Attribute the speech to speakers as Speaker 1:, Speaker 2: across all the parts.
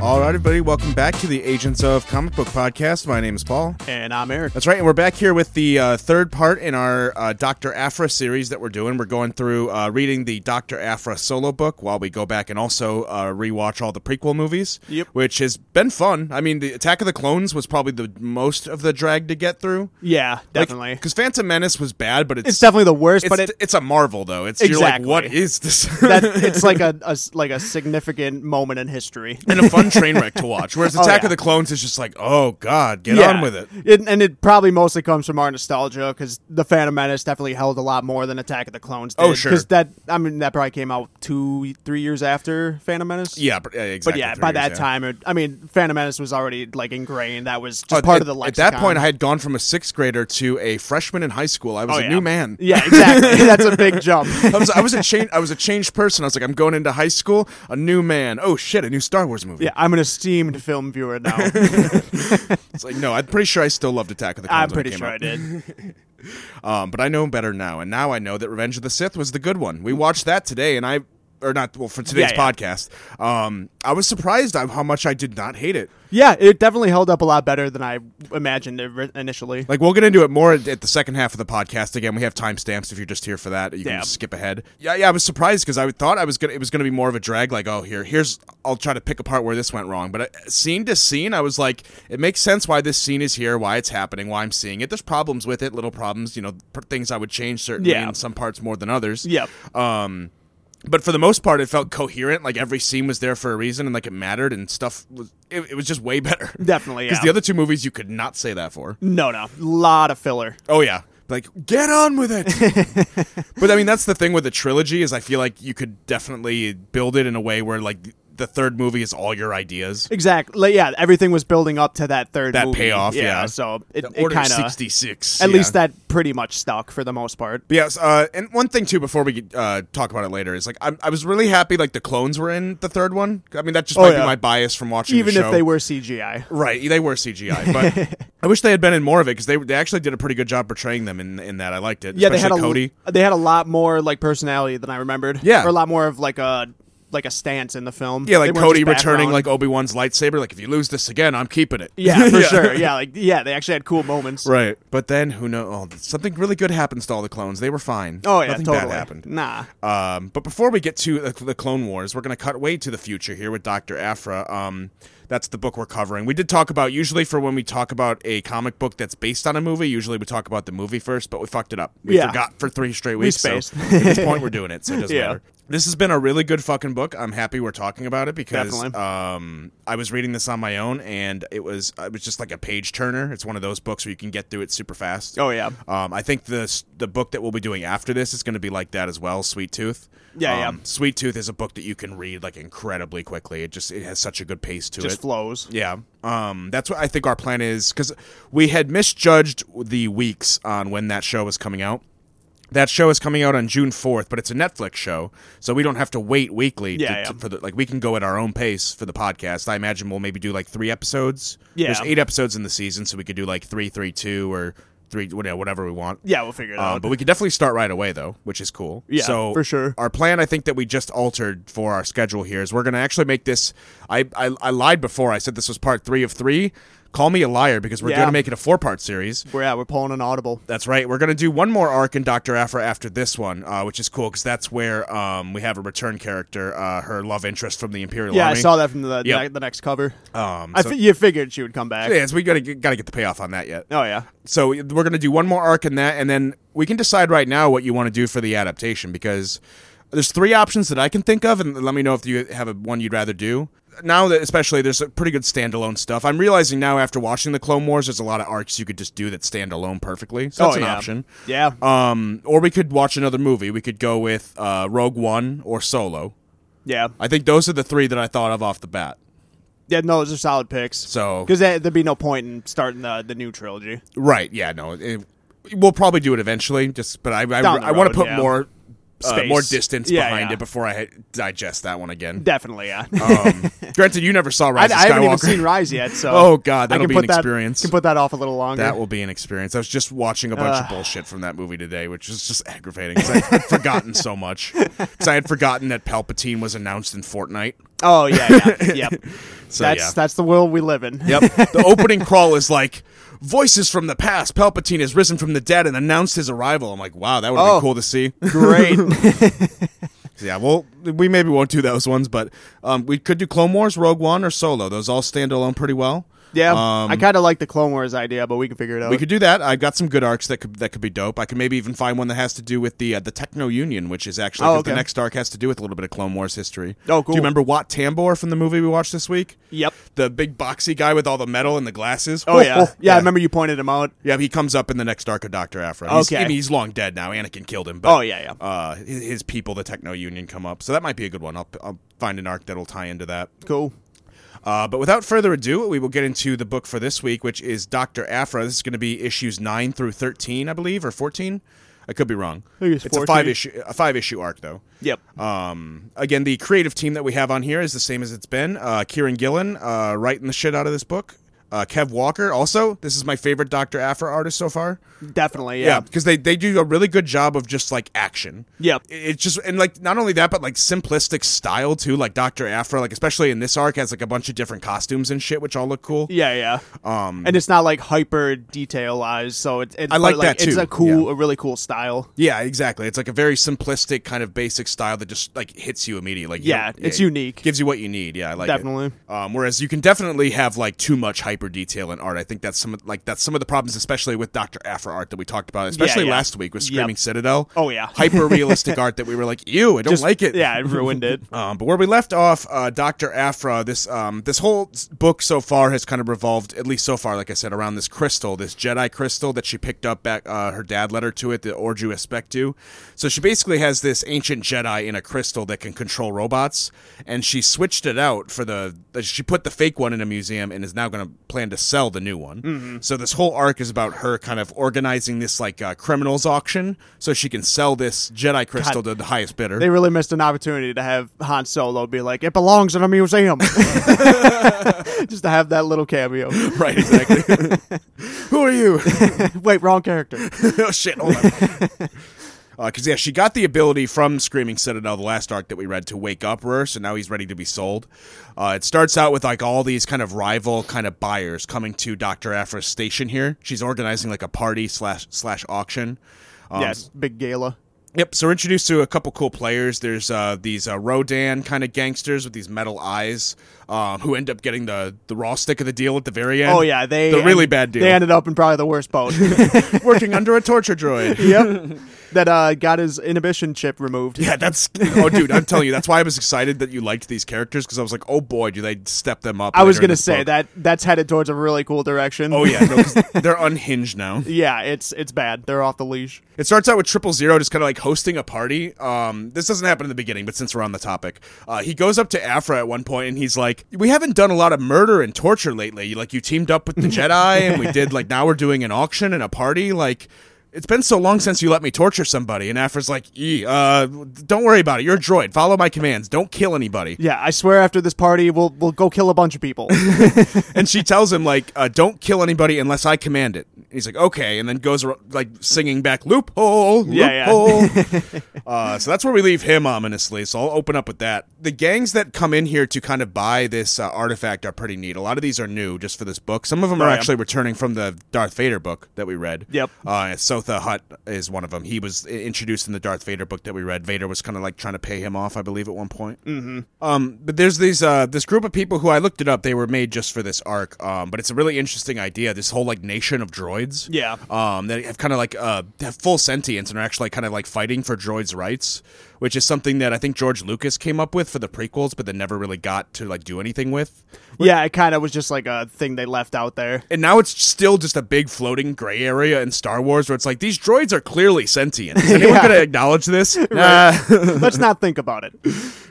Speaker 1: All right, everybody, welcome back to the Agents of Comic Book podcast. My name is Paul.
Speaker 2: And I'm Eric.
Speaker 1: That's right, and we're back here with the uh, third part in our uh, Dr. Afra series that we're doing. We're going through uh, reading the Dr. Afra solo book while we go back and also uh, rewatch all the prequel movies,
Speaker 2: Yep.
Speaker 1: which has been fun. I mean, the Attack of the Clones was probably the most of the drag to get through.
Speaker 2: Yeah, definitely.
Speaker 1: Because Phantom Menace was bad, but it's,
Speaker 2: it's definitely the worst,
Speaker 1: it's,
Speaker 2: but it,
Speaker 1: it's a marvel, though. It's
Speaker 2: Exactly.
Speaker 1: you're like, what is this?
Speaker 2: that it's like a, a s- like a significant moment in history.
Speaker 1: and a fun train wreck to watch. Whereas Attack
Speaker 2: Oh, yeah.
Speaker 1: of the Clones is just like, oh god, get on with it.
Speaker 2: and it probably mostly comes from our nostalgia because the Phantom Menace definitely held a lot more than Attack of the Clones. Did,
Speaker 1: Oh, sure.
Speaker 2: Because that I mean that probably came out two three years after Phantom Menace.
Speaker 1: Yeah, but, uh, exactly.
Speaker 2: But yeah,
Speaker 1: three
Speaker 2: by
Speaker 1: years,
Speaker 2: that
Speaker 1: yeah.
Speaker 2: time, it, I mean, Phantom Menace was already like ingrained. That was just
Speaker 1: But
Speaker 2: part
Speaker 1: Oh, at,
Speaker 2: of the
Speaker 1: Uh, at
Speaker 2: lexicon.
Speaker 1: that point, I had gone from a sixth grader to a freshman in high school. I was
Speaker 2: Oh,
Speaker 1: a
Speaker 2: yeah.
Speaker 1: new man.
Speaker 2: Yeah, exactly. That's a big jump.
Speaker 1: I was, I was a change. I was a changed person. I was like, I'm going into high school, a new man. Oh shit, a new Star Wars movie.
Speaker 2: Yeah, I'm an esteemed film viewer now.
Speaker 1: It's like, no, I'm pretty sure I still loved Attack of the Clones.
Speaker 2: I'm
Speaker 1: when it
Speaker 2: pretty
Speaker 1: came
Speaker 2: sure
Speaker 1: out.
Speaker 2: I did.
Speaker 1: Um, but I know better now, and now I know that Revenge of the Sith was the good one. We watched that today, and I, or not, well, for today's
Speaker 2: Mm-hmm. yeah.
Speaker 1: podcast, um, I was surprised at how much I did not hate it.
Speaker 2: Yeah, it definitely held up a lot better than I imagined it initially.
Speaker 1: Like we'll get into it more at at the second half of the podcast. Again, we have timestamps if you're just here for that. You can
Speaker 2: Yeah.
Speaker 1: just skip ahead. Yeah, yeah. I was surprised because I thought I was gonna it was gonna be more of a drag. Like, oh, here, here's I'll try to pick apart where this went wrong. But uh, scene to scene, I was like, it makes sense why this scene is here, why it's happening, why I'm seeing it. There's problems with it, little problems. You know, pr- things I would change certainly
Speaker 2: Yeah.
Speaker 1: in some parts more than others.
Speaker 2: Yep.
Speaker 1: Um, but for the most part, it felt coherent. Like every scene was there for a reason, and like it mattered, and stuff was. It, it was just way better.
Speaker 2: Definitely,
Speaker 1: Because
Speaker 2: yeah.
Speaker 1: the other two movies, you could not say that for.
Speaker 2: no, no. Lot of filler.
Speaker 1: Oh yeah. Like get on with it. but I mean that's the thing with the trilogy is I feel like you could definitely build it in a way where like the third movie is all your ideas.
Speaker 2: Exactly. Like, yeah, everything was building up to that third
Speaker 1: That
Speaker 2: movie.
Speaker 1: payoff, yeah.
Speaker 2: So it,
Speaker 1: The
Speaker 2: it
Speaker 1: Order
Speaker 2: kind of.
Speaker 1: 66.
Speaker 2: At
Speaker 1: yeah.
Speaker 2: least that pretty much stuck for the most part.
Speaker 1: But yes, uh, and one thing too before we uh, talk about it later is like I'm, I was really happy like the clones were in the third one. I mean that just
Speaker 2: Oh,
Speaker 1: might
Speaker 2: yeah.
Speaker 1: be my bias from watching
Speaker 2: Even
Speaker 1: the show.
Speaker 2: if they were CGI.
Speaker 1: Right, they were CGI, but I wish they had been in more of it because they, they actually did a pretty good job portraying them in in that. I liked it.
Speaker 2: Yeah, they had
Speaker 1: especially
Speaker 2: a
Speaker 1: Cody.
Speaker 2: they had a lot more like personality than I remembered.
Speaker 1: Yeah.
Speaker 2: or a lot more of like a like a stance in the film.
Speaker 1: Yeah, like
Speaker 2: They weren't
Speaker 1: Cody
Speaker 2: just
Speaker 1: returning
Speaker 2: background.
Speaker 1: like Obi Wan's lightsaber. Like if you lose this again, I'm keeping it.
Speaker 2: yeah for sure yeah like yeah they actually had cool moments.
Speaker 1: Right. But then who knows? Oh, something really good happens to all the clones. They were fine.
Speaker 2: Oh yeah,
Speaker 1: Nothing
Speaker 2: totally.
Speaker 1: bad happened.
Speaker 2: Nah,
Speaker 1: Um, but before we get to the, the Clone Wars, we're going to cut way to the future here with Dr. Afra. Um, that's the book we're covering. We did talk about, usually for when we talk about a comic book that's based on a movie, usually we talk about the movie first, but we fucked it up. We
Speaker 2: Yeah.
Speaker 1: forgot for three straight weeks. so
Speaker 2: spaced.
Speaker 1: at this point, we're doing it, so it doesn't
Speaker 2: Yeah.
Speaker 1: matter. This has been a really good fucking book. I'm happy we're talking about it because
Speaker 2: Definitely.
Speaker 1: um, I was reading this on my own and it was it was just like a page turner. It's one of those books where you can get through it super fast.
Speaker 2: Oh, yeah.
Speaker 1: Um, I think the the book that we'll be doing after this is going to be like that as well. Sweet Tooth.
Speaker 2: Yeah,
Speaker 1: um,
Speaker 2: yeah.
Speaker 1: Sweet Tooth is a book that you can read like incredibly quickly. It just it has such a good pace to
Speaker 2: just
Speaker 1: it.
Speaker 2: flows.
Speaker 1: yeah. Um, that's what I think our plan is because we had misjudged the weeks on when that show was coming out. That show is coming out on June fourth, but it's a Netflix show, so we don't have to wait weekly. to-
Speaker 2: Yeah,
Speaker 1: to-
Speaker 2: yeah.
Speaker 1: for the like we can go at our own pace for the podcast. I imagine we'll maybe do like three episodes.
Speaker 2: Yeah.
Speaker 1: there's eight episodes in the season, so we could do like three, three, two, or three, whatever whatever we want.
Speaker 2: Yeah, we'll figure it
Speaker 1: Um,
Speaker 2: out.
Speaker 1: but we could definitely start right away, though, which is cool.
Speaker 2: Oh, Yeah,
Speaker 1: so
Speaker 2: for sure.
Speaker 1: Our plan, I think, that we just altered for our schedule here is we're going to actually make this. I, I I lied before. I said this was part three of three. Call me a liar because we're
Speaker 2: Yeah.
Speaker 1: going to make it a four part series.
Speaker 2: We're yeah, we're pulling an audible.
Speaker 1: That's right. We're going to do one more arc in Dr. Afra after this one, uh, which is cool because that's where um, we have a return character, uh, her love interest from the Imperial
Speaker 2: Yeah, I
Speaker 1: Army.
Speaker 2: saw that from the
Speaker 1: Yep.
Speaker 2: ne- the next cover.
Speaker 1: Um,
Speaker 2: I
Speaker 1: so-
Speaker 2: fi- you figured she would come back.
Speaker 1: yeah, so we got to got to get the payoff on that yet.
Speaker 2: Oh yeah,
Speaker 1: so we're going to do one more arc in that and then we can decide right now what you want to do for the adaptation because there's three options that i can think of and let me know if you have a, one you'd rather do now that especially there's a pretty good standalone stuff i'm realizing now after watching the clone wars there's a lot of arcs you could just do that stand alone perfectly so that's
Speaker 2: Oh,
Speaker 1: an
Speaker 2: yeah.
Speaker 1: option
Speaker 2: yeah.
Speaker 1: um, or we could watch another movie we could go with uh, rogue one or solo
Speaker 2: yeah,
Speaker 1: i think those are the three that i thought of off the bat
Speaker 2: yeah. No, those are solid picks.
Speaker 1: so
Speaker 2: because there'd be no point in starting the the new trilogy.
Speaker 1: Right. Yeah. No. It, we'll probably do it eventually. Just, but I I,
Speaker 2: Down the
Speaker 1: I want
Speaker 2: road,
Speaker 1: to put
Speaker 2: yeah.
Speaker 1: more uh,
Speaker 2: Space.
Speaker 1: more distance
Speaker 2: Yeah,
Speaker 1: behind
Speaker 2: yeah.
Speaker 1: it before I ha- digest that one again.
Speaker 2: Definitely, yeah.
Speaker 1: um, granted, you never saw
Speaker 2: I,
Speaker 1: Rise of
Speaker 2: I haven't even
Speaker 1: Skywalker.
Speaker 2: seen Rise yet, so
Speaker 1: Oh, God,
Speaker 2: I
Speaker 1: that'll
Speaker 2: can
Speaker 1: be
Speaker 2: put
Speaker 1: an
Speaker 2: that-
Speaker 1: experience.
Speaker 2: Can put that off a little longer.
Speaker 1: that will be an experience. I was just watching a bunch of
Speaker 2: Ugh.
Speaker 1: bullshit from that movie today, which is just aggravating because I'd forgotten so much. Because I had forgotten that Palpatine was announced in Fortnite.
Speaker 2: Oh yeah, yeah, yep.
Speaker 1: So
Speaker 2: that's
Speaker 1: yeah.
Speaker 2: that's the world we live in.
Speaker 1: Yep. The opening crawl is like voices from the past. Palpatine has risen from the dead and announced his arrival. I'm like, wow, that would have
Speaker 2: Oh.
Speaker 1: been cool to see.
Speaker 2: Great.
Speaker 1: yeah, well, we maybe won't do those ones, but um, we could do Clone Wars, Rogue One, or Solo. Those all stand alone pretty well.
Speaker 2: Yeah,
Speaker 1: Um,
Speaker 2: I kind of like the Clone Wars idea, but we can figure it out.
Speaker 1: We could do that. I've got some good arcs that could that could be dope. I could maybe even find one that has to do with the uh, the Techno Union, which is actually
Speaker 2: Oh,
Speaker 1: 'cause the
Speaker 2: okay.
Speaker 1: next arc has to do with a little bit of Clone Wars history.
Speaker 2: Oh,
Speaker 1: Do
Speaker 2: cool.
Speaker 1: you remember Wat Tambor from the movie we watched this week?
Speaker 2: Yep.
Speaker 1: The big boxy guy with all the metal and the glasses.
Speaker 2: Oh yeah. yeah, I remember you pointed him out.
Speaker 1: Yeah, he comes up in the next arc of Doctor Aphra. He's,
Speaker 2: Okay.
Speaker 1: I mean, he's long dead now. Anakin killed him. But,
Speaker 2: Oh, yeah, yeah.
Speaker 1: Uh, his, his people, the Techno Union, come up. So that might be a good one. I'll, I'll find an arc that'll tie into that.
Speaker 2: Cool.
Speaker 1: Uh, but without further ado, we will get into the book for this week, which is Doctor Aphra. This is going to be issues nine through thirteen, I believe, or fourteen. I could be wrong.
Speaker 2: think it's
Speaker 1: a
Speaker 2: 14.
Speaker 1: five issue a five issue arc though.
Speaker 2: Yep.
Speaker 1: Um, again, the creative team that we have on here is the same as it's been. Uh, Kieran Gillen uh, writing the shit out of this book. Uh, Kev Walker also. This is my favorite Doctor Aphra artist so far.
Speaker 2: Definitely.
Speaker 1: Yeah,
Speaker 2: Yeah.
Speaker 1: because they they do a really good job of just like action.
Speaker 2: Yep.
Speaker 1: It- It's just and like not only that, but like simplistic style too. Like Doctor Afra, like especially in this arc, has like a bunch of different costumes and shit, which all look cool.
Speaker 2: Yeah. Yeah. Um, and it's not like hyper detailized, so it's. it's
Speaker 1: I like
Speaker 2: but,
Speaker 1: that,
Speaker 2: It's
Speaker 1: too.
Speaker 2: a cool,
Speaker 1: Yeah.
Speaker 2: a really cool style.
Speaker 1: Yeah, exactly. It's like a very simplistic kind of basic style that just like hits you immediately. Like you
Speaker 2: Yeah,
Speaker 1: don't-
Speaker 2: it's
Speaker 1: it
Speaker 2: unique.
Speaker 1: Gives you what you need. Yeah, I like it.
Speaker 2: Definitely.
Speaker 1: Um, whereas you can definitely have like too much hyper detail in art. I think that's some of, like that's some of the problems, especially with Doctor Afra art that we talked about, especially
Speaker 2: yeah.
Speaker 1: last week with
Speaker 2: Yep.
Speaker 1: Screaming Citadel.
Speaker 2: Oh, yeah.
Speaker 1: hyper realistic art that we were like, ew, I don't
Speaker 2: Just-
Speaker 1: like it.
Speaker 2: Yeah, it ruined it.
Speaker 1: Um, but where we left off, uh, Doctor Afra, this um, this whole s- book so far has kind of revolved, at least so far, like I said, around this crystal, this Jedi crystal that she picked up back. Uh, her dad led her to it, the Orju Espectu. So she basically has this ancient Jedi in a crystal that can control robots, and she switched it out for the. uh, She put the fake one in a museum and is now going to plan to sell the new one. So this whole arc is about her kind of organizing this like uh, criminals auction, so she can sell this Jedi crystal to the highest bidder.
Speaker 2: They really missed an opportunity to have Han Solo be like, "It belongs in a museum," just to have that little cameo.
Speaker 1: Right, exactly. Who are you?
Speaker 2: Wait, wrong character.
Speaker 1: oh shit, hold on. Because yeah, she got the ability from Screaming Citadel, the last arc that we read, to wake up Rur, so now he's ready to be sold. Uh, it starts out with like all these kind of rival kind of buyers coming to Doctor Afra's station here. She's organizing like a party slash slash auction. Um,
Speaker 2: yes, big gala.
Speaker 1: Yep. So we're introduced to a couple cool players. There's uh, these uh, Rodan kind of gangsters with these metal eyes, um, who end up getting the the raw stick of the deal at the very end.
Speaker 2: Oh yeah, they
Speaker 1: the really bad deal.
Speaker 2: They ended up in probably the worst boat.
Speaker 1: working under a torture droid.
Speaker 2: yep, that uh, got his inhibition chip removed.
Speaker 1: Yeah, that's oh, dude. I'm telling you, that's why I was excited that you liked these characters because I was like, oh boy, do they step them up?
Speaker 2: I was
Speaker 1: later in
Speaker 2: gonna
Speaker 1: this
Speaker 2: say
Speaker 1: book.
Speaker 2: that that's headed towards a really cool direction.
Speaker 1: Oh yeah, no, 'cause they're unhinged now.
Speaker 2: yeah, it's it's bad. They're off the leash.
Speaker 1: It starts out with Triple Zero just kind of like hosting a party. Um, this doesn't happen in the beginning, but since we're on the topic, uh, he goes up to Afra at one point and he's like, "We haven't done a lot of murder and torture lately. Like you teamed up with the Jedi and we did like now we're doing an auction and a party. Like it's been so long since you let me torture somebody." And Afra's like, "Ee, uh, don't worry about it. You're a droid. Follow my commands. Don't kill anybody."
Speaker 2: Yeah, I swear after this party, we'll we'll go kill a bunch of people.
Speaker 1: and she tells him like uh, don't kill anybody unless i command it and he's like okay and then goes ar- like singing back loophole
Speaker 2: Yeah, yeah.
Speaker 1: loophole uh, so that's where we leave him ominously so i'll open up with that the gangs that come in here to kind of buy this uh, artifact are pretty neat a lot of these are new just for this book some of them are
Speaker 2: Oh, yeah.
Speaker 1: actually returning from the darth vader book that we read
Speaker 2: Yep.
Speaker 1: uh, Sotha Hutt is one of them. He was i- introduced in the Darth Vader book that we read. Vader was kind of like trying to pay him off, I believe, at one point. Mm-hmm. Um, but there's these uh, this group of people who I looked it up. They were made just for this arc. Um, but it's a really interesting idea. This whole like nation of droids.
Speaker 2: Yeah.
Speaker 1: Um, that have kind of like uh have full sentience and are actually kind of like fighting for droids' rights, which is something that I think George Lucas came up with for the prequels, but then never really got to like do anything with.
Speaker 2: yeah, it kind of was just like a thing they left out there.
Speaker 1: And now it's still just a big floating gray area in Star Wars where it's like these droids are clearly sentient. Is anyone
Speaker 2: Yeah.
Speaker 1: going to acknowledge this? Uh.
Speaker 2: Let's not think about it.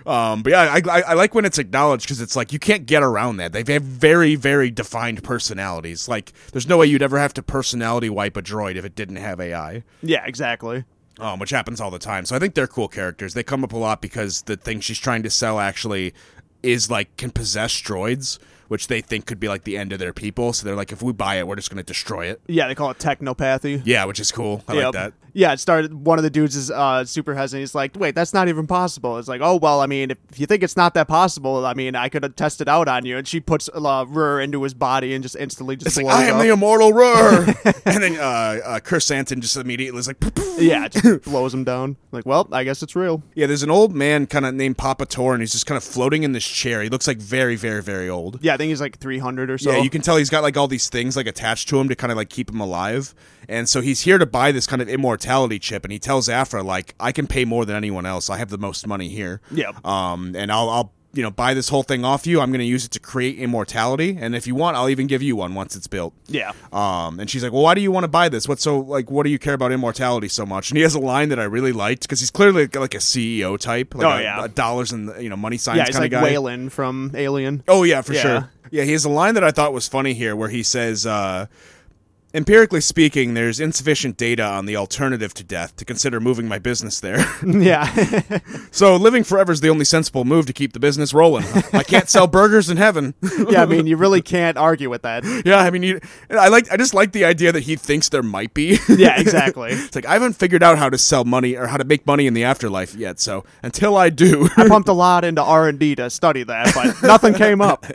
Speaker 1: Nah. Um, but yeah, I, I, I like when it's acknowledged because it's like you can't get around that. They have very very defined personalities. Like there's no way you'd ever have to personality wipe a droid if it didn't have AI.
Speaker 2: Yeah, exactly.
Speaker 1: Um, which happens all the time. So I think they're cool characters. They come up a lot because the thing she's trying to sell actually is like can possess droids, which they think could be like the end of their people. So they're like, if we buy it, we're just going to destroy it.
Speaker 2: Yeah, they call it technopathy.
Speaker 1: Yeah, which is cool. I
Speaker 2: Yep.
Speaker 1: like that.
Speaker 2: Yeah, it started. One of the dudes is uh, super hesitant. He's like, "Wait, that's not even possible." It's like, "Oh well, I mean, if, if you think it's not that possible, I mean, I could have tested out on you." And she puts uh, Rur into his body and just instantly just
Speaker 1: It's like
Speaker 2: blows
Speaker 1: I am
Speaker 2: up.
Speaker 1: the immortal roar, and then uh, uh, Chris Santon just immediately is like,
Speaker 2: yeah, it just blows him down. Like, well, I guess it's real.
Speaker 1: yeah. There's an old man kind of named Papa Torn who's just kind of floating in this chair. He looks like very, very, very old.
Speaker 2: Yeah, I think he's like three hundred or so.
Speaker 1: Yeah, you can tell he's got like all these things like attached to him to kind of like keep him alive. And so he's here to buy this kind of immortality chip and he tells Afra like I can pay more than anyone else. I have the most money here.
Speaker 2: Yep.
Speaker 1: Um and I'll I'll you know buy this whole thing off you. I'm going to use it to create immortality and if you want I'll even give you one once it's built.
Speaker 2: yeah.
Speaker 1: Um, and she's like, "Well, why do you want to buy this? What's so like? What do you care about immortality so much?" And he has a line that I really liked because he's clearly like, like a CEO type, like
Speaker 2: Oh,
Speaker 1: a,
Speaker 2: yeah.
Speaker 1: a dollars and you know money signs
Speaker 2: Yeah, he's
Speaker 1: kind
Speaker 2: like
Speaker 1: of guy.
Speaker 2: Waylon from Alien.
Speaker 1: Oh yeah, for
Speaker 2: Yeah.
Speaker 1: sure. Yeah, he has a line that I thought was funny here where he says, uh, empirically speaking, there's insufficient data on the alternative to death to consider moving my business there.
Speaker 2: yeah.
Speaker 1: so living forever is the only sensible move to keep the business rolling. I can't sell burgers in heaven.
Speaker 2: yeah, I mean, you really can't argue with that.
Speaker 1: yeah, I mean, you, I like, I just like the idea that he thinks there might be.
Speaker 2: Yeah, exactly.
Speaker 1: It's like I haven't figured out how to sell money or how to make money in the afterlife yet. So until I do,
Speaker 2: I pumped a lot into R and D to study that, but nothing came up.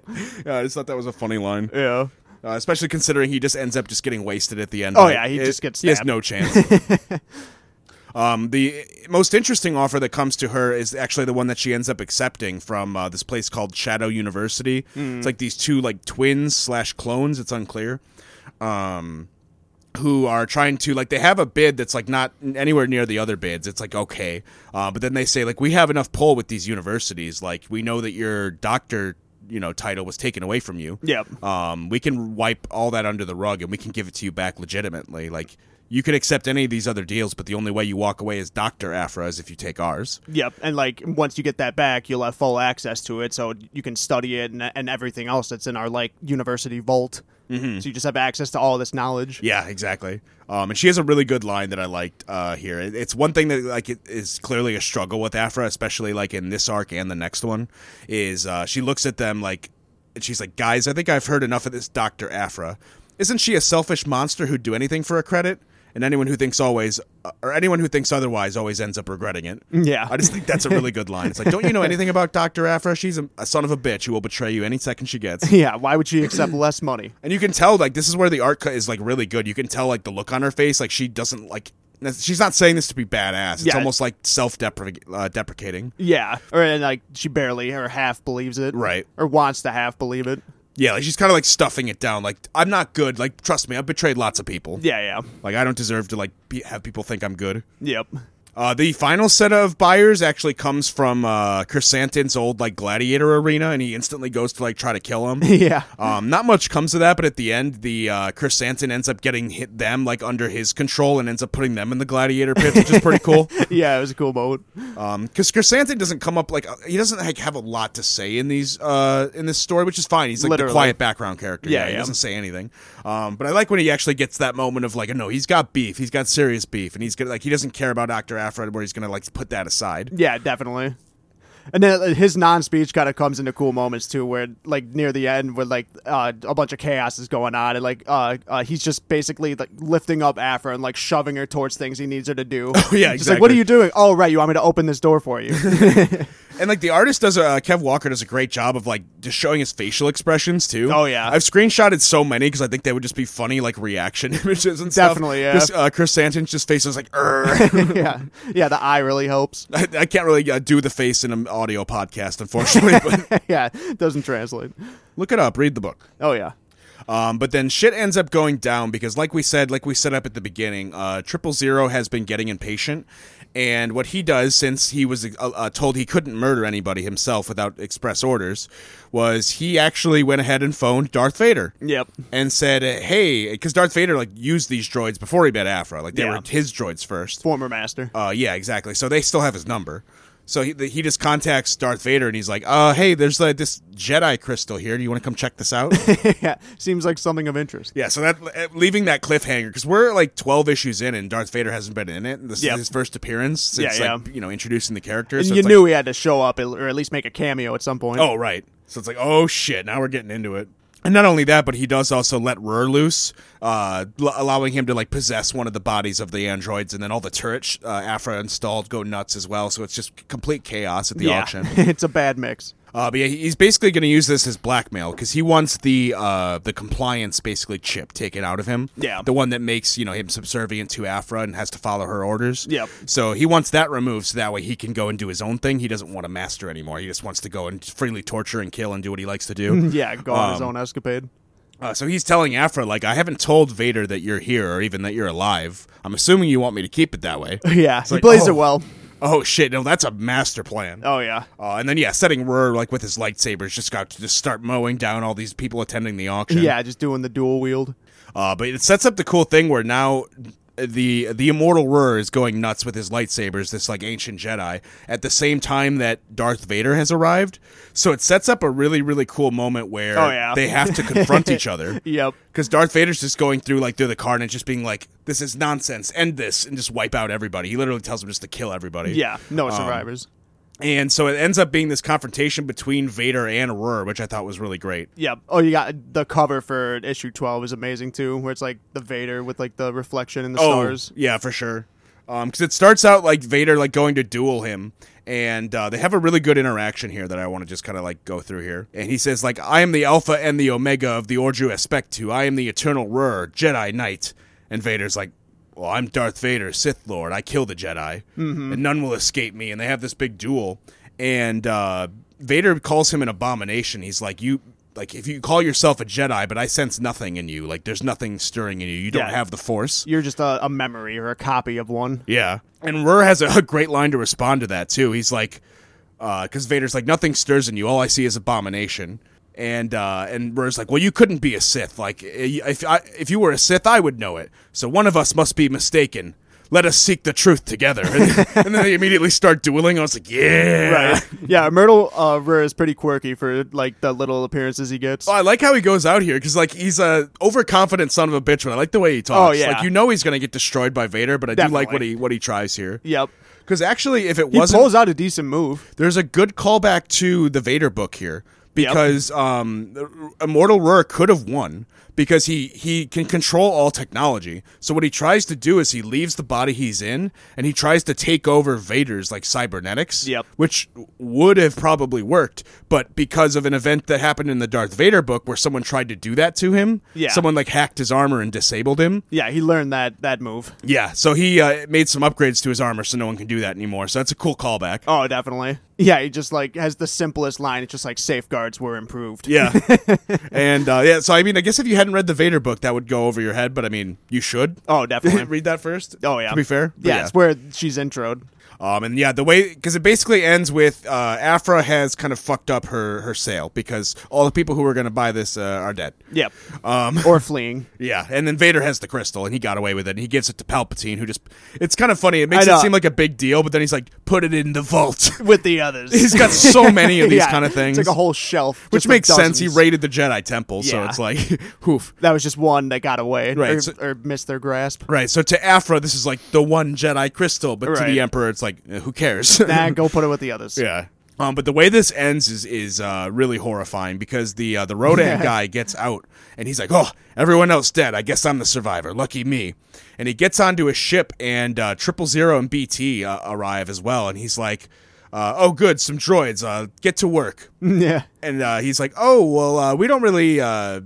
Speaker 1: Yeah, I just thought that was a funny line.
Speaker 2: Yeah.
Speaker 1: Uh, especially considering he just ends up just getting wasted at the end.
Speaker 2: Oh,
Speaker 1: Like,
Speaker 2: yeah, he just gets
Speaker 1: He has
Speaker 2: stabbed.
Speaker 1: no chance. um, the most interesting offer that comes to her is actually the one that she ends up accepting from uh, this place called Shadow University.
Speaker 2: Hmm.
Speaker 1: It's like these two like twins slash clones. It's unclear. Um, who are trying to like they have a bid that's like not anywhere near the other bids it's like okay uh, but then they say like we have enough pull with these universities like we know that your doctor you know title was taken away from you
Speaker 2: Yep.
Speaker 1: um, we can wipe all that under the rug and we can give it to you back legitimately like you can accept any of these other deals but the only way you walk away as dr afra is if you take ours
Speaker 2: Yep. And like once you get that back, you'll have full access to it, so you can study it and, and everything else that's in our like university vault. So you just have access to all this knowledge.
Speaker 1: Yeah, exactly. Um, and she has a really good line that I liked uh, here. It- It's one thing that like it is clearly a struggle with Afra, especially like in this arc and the next one. Is uh, she looks at them like, and she's like, "Guys, I think I've heard enough of this Doctor Afra. Isn't she a selfish monster who'd do anything for a credit? And anyone who thinks always, uh, or anyone who thinks otherwise, always ends up regretting it."
Speaker 2: Yeah.
Speaker 1: I just think that's a really good line. It's like, don't you know anything about Doctor Afra? She's a, a son of a bitch who will betray you any second she gets.
Speaker 2: Yeah, why would she accept less money?
Speaker 1: And you can tell like this is where the art cut is like really good. You can tell like the look on her face, like she doesn't like. She's not saying this to be badass. It's
Speaker 2: Yeah.
Speaker 1: almost like self-deprecating. Uh, deprecating.
Speaker 2: Yeah, or and like she barely or half believes it,
Speaker 1: Right.
Speaker 2: Or wants to half believe it.
Speaker 1: Yeah, like she's kind of like stuffing it down. Like I'm not good. Like trust me, I've betrayed lots of people.
Speaker 2: Yeah, yeah,
Speaker 1: Like I don't deserve to like be, have people think I'm good.
Speaker 2: yep.
Speaker 1: Uh, the final set of buyers actually comes from uh, Chrysanthem's old like gladiator arena, and he instantly goes to like try to kill him.
Speaker 2: Yeah,
Speaker 1: Um, not much comes of that, but at the end, the uh, Chris Santon ends up getting hit them like under his control and ends up putting them in the gladiator pit, which is pretty cool.
Speaker 2: yeah. It was a cool moment.
Speaker 1: Because Chris Santon doesn't come up like uh, he doesn't like have a lot to say in these uh, in this story, which is fine. He's like
Speaker 2: Literally.
Speaker 1: the quiet background character.
Speaker 2: Yeah,
Speaker 1: he
Speaker 2: yeah.
Speaker 1: doesn't say anything. Um, but I like when he actually gets that moment of like, no, he's got beef. He's got serious beef, and he's gonna like he doesn't care about Doctor Afred, where he's gonna like put that aside.
Speaker 2: Yeah, definitely. And then uh, his non-speech kind of comes into cool moments too, where like near the end, where like uh, a bunch of chaos is going on, and like uh, uh, he's just basically like lifting up Afra and like shoving her towards things he needs her to do.
Speaker 1: Oh, yeah,
Speaker 2: Just like, what are
Speaker 1: exactly.
Speaker 2: you doing? Oh, right, you want me to open this door for you?
Speaker 1: And like the artist does, a, uh, Kev Walker does a great job of like just showing his facial expressions too.
Speaker 2: Oh, yeah.
Speaker 1: I've screenshotted so many because I think they would just be funny like reaction images and stuff.
Speaker 2: Definitely, yeah.
Speaker 1: Chris, uh, Chris Santon's just face is like, "Err."
Speaker 2: yeah, yeah. The eye really helps.
Speaker 1: I, I can't really uh, do the face in an audio podcast, unfortunately. but
Speaker 2: yeah, it doesn't translate.
Speaker 1: look it up, read the book.
Speaker 2: Oh yeah,
Speaker 1: Um, but then shit ends up going down because, like we said, like we set up at the beginning, uh, Triple Zero has been getting impatient. And what he does, since he was uh, uh, told he couldn't murder anybody himself without express orders, was he actually went ahead and phoned Darth Vader.
Speaker 2: Yep.
Speaker 1: And said, hey, because Darth Vader, like, used these droids before he met Afra. Like, they
Speaker 2: Yeah.
Speaker 1: were his droids first.
Speaker 2: former master.
Speaker 1: Uh, yeah, exactly. So they still have his number. So he, he just contacts Darth Vader and he's like, uh, hey, there's uh, this Jedi crystal here. Do you want to come check this out?
Speaker 2: yeah, seems like something of interest.
Speaker 1: Yeah, so that uh, leaving that cliffhanger because we're like twelve issues in, and Darth Vader hasn't been in it. This
Speaker 2: Yep.
Speaker 1: is his first appearance since
Speaker 2: Yeah,
Speaker 1: like
Speaker 2: yeah.
Speaker 1: you know introducing the character.
Speaker 2: And
Speaker 1: so
Speaker 2: you
Speaker 1: it's
Speaker 2: knew he had to show up or at least make a cameo at some point.
Speaker 1: like, oh right. So it's like, oh shit, oh, now we're getting into it. And not only that, but he does also let Rur loose, uh, l- allowing him to like possess one of the bodies of the androids, and then all the turrets uh, Afra installed go nuts as well. So it's just complete chaos at the
Speaker 2: yeah,
Speaker 1: auction.
Speaker 2: it's a bad mix.
Speaker 1: Uh, but yeah, he's basically going to use this as blackmail because he wants the uh, the compliance basically chip taken out of him.
Speaker 2: Yeah.
Speaker 1: the one that makes you know him subservient to Afra and has to follow her orders.
Speaker 2: Yep.
Speaker 1: So he wants that removed so that way he can go and do his own thing. He doesn't want a master anymore. He just wants to go and freely torture and kill and do what he likes to do.
Speaker 2: Yeah, go on
Speaker 1: Um,
Speaker 2: his own escapade.
Speaker 1: Uh, so he's telling Afra like, I haven't told Vader that you're here or even that you're alive. I'm assuming you want me to keep it that way.
Speaker 2: Yeah,
Speaker 1: It's
Speaker 2: he
Speaker 1: like,
Speaker 2: plays
Speaker 1: oh.
Speaker 2: it well.
Speaker 1: Oh shit! No, that's a master plan.
Speaker 2: Oh yeah,
Speaker 1: Uh, and then yeah, setting Rur like with his lightsabers just got to just start mowing down all these people attending the auction.
Speaker 2: yeah, just doing the dual wield.
Speaker 1: Uh, but it sets up the cool thing where now the the immortal Rur is going nuts with his lightsabers, this like ancient Jedi, at the same time that Darth Vader has arrived. So it sets up a really really cool moment where
Speaker 2: Oh, yeah.
Speaker 1: they have to confront each other.
Speaker 2: Yep.
Speaker 1: Because Darth Vader's just going through like through the carnage, just being like, "This is nonsense. End this," and just wipe out everybody. He literally tells him just to kill everybody.
Speaker 2: Yeah, no
Speaker 1: Um,
Speaker 2: survivors.
Speaker 1: And so it ends up being this confrontation between Vader and Roar, which I thought was really great.
Speaker 2: Yep. Oh, you got the cover for issue twelve is amazing too, where it's like the Vader with like the reflection in the
Speaker 1: Oh.
Speaker 2: stars.
Speaker 1: yeah, for sure. Because it starts out like Vader like going to duel him, and uh, they have a really good interaction here that I want to just kind of like go through here. And he says like, "I am the Alpha and the Omega of the Ordu Aspectu. I am the Eternal Roar, Jedi Knight." And Vader's like, "Well, I'm Darth Vader, Sith Lord. I kill the Jedi,
Speaker 2: Mm-hmm.
Speaker 1: and none will escape me." And they have this big duel, and uh, Vader calls him an abomination. He's like, "You." Like if you call yourself a Jedi, but I sense nothing in you. Like there's nothing stirring in you. You don't
Speaker 2: Yeah.
Speaker 1: have the Force.
Speaker 2: You're just a, a memory or a copy of one.
Speaker 1: Yeah. And Rur has a, a great line to respond to that, too. He's like, because Vader's like, nothing stirs in you. All I see is abomination. And uh, and Rur's like, well, you couldn't be a Sith. Like, eh, if I, if you were a Sith, I would know it. So one of us must be mistaken. Let us seek the truth together. And, and then they immediately start dueling. I was like, yeah.
Speaker 2: yeah, Myrtle uh, Rare is pretty quirky for like the little appearances he gets.
Speaker 1: I like how he goes out here because like he's a overconfident son of a bitch. But I like the way he talks.
Speaker 2: Oh, yeah.
Speaker 1: Like you know he's gonna get destroyed by Vader, but I do like
Speaker 2: Definitely.
Speaker 1: what he what he tries here.
Speaker 2: Yep.
Speaker 1: Because actually, if it
Speaker 2: He
Speaker 1: wasn't
Speaker 2: pulls out a decent move.
Speaker 1: there's a good callback to the Vader book here because um, Immortal Rourke could have won because he he can control all technology. So what he tries to do is he leaves the body he's in and he tries to take over Vader's like cybernetics,
Speaker 2: Yep.
Speaker 1: which would have probably worked, but because of an event that happened in the Darth Vader book where someone tried to do that to him,
Speaker 2: Yeah.
Speaker 1: someone like hacked his armor and disabled him.
Speaker 2: Yeah, he learned that that move.
Speaker 1: Yeah, so he uh, made some upgrades to his armor so no one can do that anymore. So that's a cool callback.
Speaker 2: Oh, definitely. Yeah, he just like has the simplest line. It's just like safeguards were improved.
Speaker 1: Yeah. and uh, yeah, so I mean, I guess if you hadn't read the Vader book, that would go over your head, but I mean, you should.
Speaker 2: Oh, definitely.
Speaker 1: Read that first.
Speaker 2: Oh yeah.
Speaker 1: To be fair. But
Speaker 2: Yeah, it's where she's introed.
Speaker 1: Um, and yeah, the way because it basically ends with uh, Afra has kind of fucked up her her sale because all the people who were going to buy this uh, are dead.
Speaker 2: Yep. Um. Or fleeing.
Speaker 1: Yeah, and then Vader has the crystal and he got away with it. and He gives it to Palpatine, who just it's kind of funny. It makes
Speaker 2: I
Speaker 1: it
Speaker 2: know.
Speaker 1: seem like a big deal, but then he's like, put it in the vault.
Speaker 2: With the others.
Speaker 1: he's got so many of these kind of things.
Speaker 2: It's like a whole shelf.
Speaker 1: which
Speaker 2: just with
Speaker 1: makes sense. He
Speaker 2: dozens.
Speaker 1: raided the Jedi Temple, so
Speaker 2: Yeah.
Speaker 1: it's like, oof.
Speaker 2: That was just one that got away
Speaker 1: Right,
Speaker 2: or,
Speaker 1: so-
Speaker 2: or missed their grasp.
Speaker 1: Right. So to Afra, this is like the one Jedi crystal, but to
Speaker 2: Right.
Speaker 1: the Emperor, it's like eh, who cares?
Speaker 2: Nah, go put it with the others.
Speaker 1: yeah. Um, but the way this ends is is uh, really horrifying because the uh, the Rodan guy gets out and he's like, "Oh, everyone else dead. I guess I'm the survivor. Lucky me." And he gets onto a ship, and uh, Triple Zero and BT uh, arrive as well, and he's like, uh, "Oh, good, some droids. Uh, get to work."
Speaker 2: yeah.
Speaker 1: and uh, he's like, "Oh well, uh, we don't really uh,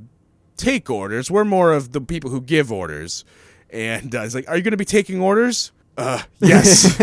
Speaker 1: take orders. We're more of the people who give orders." And uh, he's like, "Are you going to be taking orders?" Uh, yes.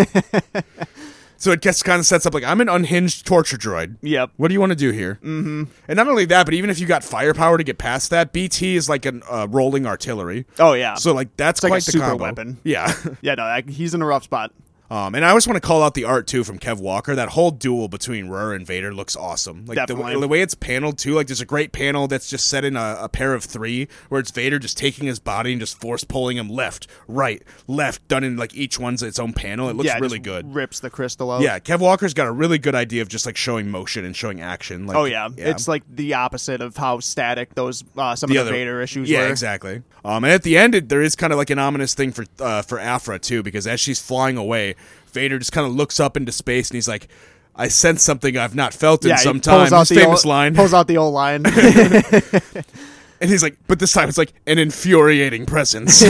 Speaker 1: so it just kind of sets up like I'm an unhinged torture droid.
Speaker 2: Yep.
Speaker 1: What do you want to do here? Mm-hmm. And not only that, but even if you got firepower to get past that, BT is like an uh, rolling artillery.
Speaker 2: Oh yeah.
Speaker 1: So like that's
Speaker 2: like
Speaker 1: quite
Speaker 2: a
Speaker 1: the
Speaker 2: super
Speaker 1: combo.
Speaker 2: weapon.
Speaker 1: Yeah.
Speaker 2: yeah, no, like, he's in a rough spot.
Speaker 1: Um, and I always want to call out the art too from Kev Walker. That whole duel between Rur and Vader looks awesome. Like the,
Speaker 2: Definitely.
Speaker 1: the way it's paneled too. Like there's a great panel that's just set in a, a pair of three, where it's Vader just taking his body and just force pulling him left, right, left. Done in like each one's its own panel. It looks
Speaker 2: yeah, it
Speaker 1: really
Speaker 2: just
Speaker 1: good.
Speaker 2: Rips the crystal out.
Speaker 1: yeah, Kev Walker's got a really good idea of just like showing motion and showing action. Like,
Speaker 2: Oh yeah. It's like the opposite of how static those uh, some of the Vader issues
Speaker 1: yeah,
Speaker 2: were.
Speaker 1: exactly. Um, and at the end, it, there is kind of like an ominous thing for uh, for Afra too, because as she's flying away, Vader just kind of looks up into space and he's like, I sense something I've not felt in
Speaker 2: yeah, he
Speaker 1: some
Speaker 2: pulls
Speaker 1: time.
Speaker 2: out
Speaker 1: His
Speaker 2: the
Speaker 1: famous
Speaker 2: old,
Speaker 1: line.
Speaker 2: Pulls out the old line.
Speaker 1: And he's like, but this time it's like an infuriating presence.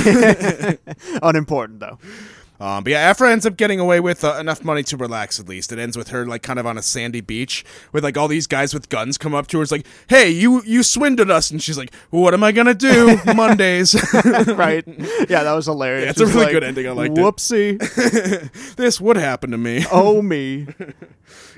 Speaker 2: Unimportant though.
Speaker 1: um, but yeah, Afra ends up getting away with uh, enough money to relax at least. It ends with her like kind of on a sandy beach with like all these guys with guns come up to her. It's like, hey, you you swindled us, and she's like, what am I gonna do Mondays?
Speaker 2: right? Yeah, that was hilarious.
Speaker 1: it's a
Speaker 2: Just
Speaker 1: really
Speaker 2: like,
Speaker 1: good ending. I liked it.
Speaker 2: Whoopsie.
Speaker 1: this would happen to me.
Speaker 2: Oh me.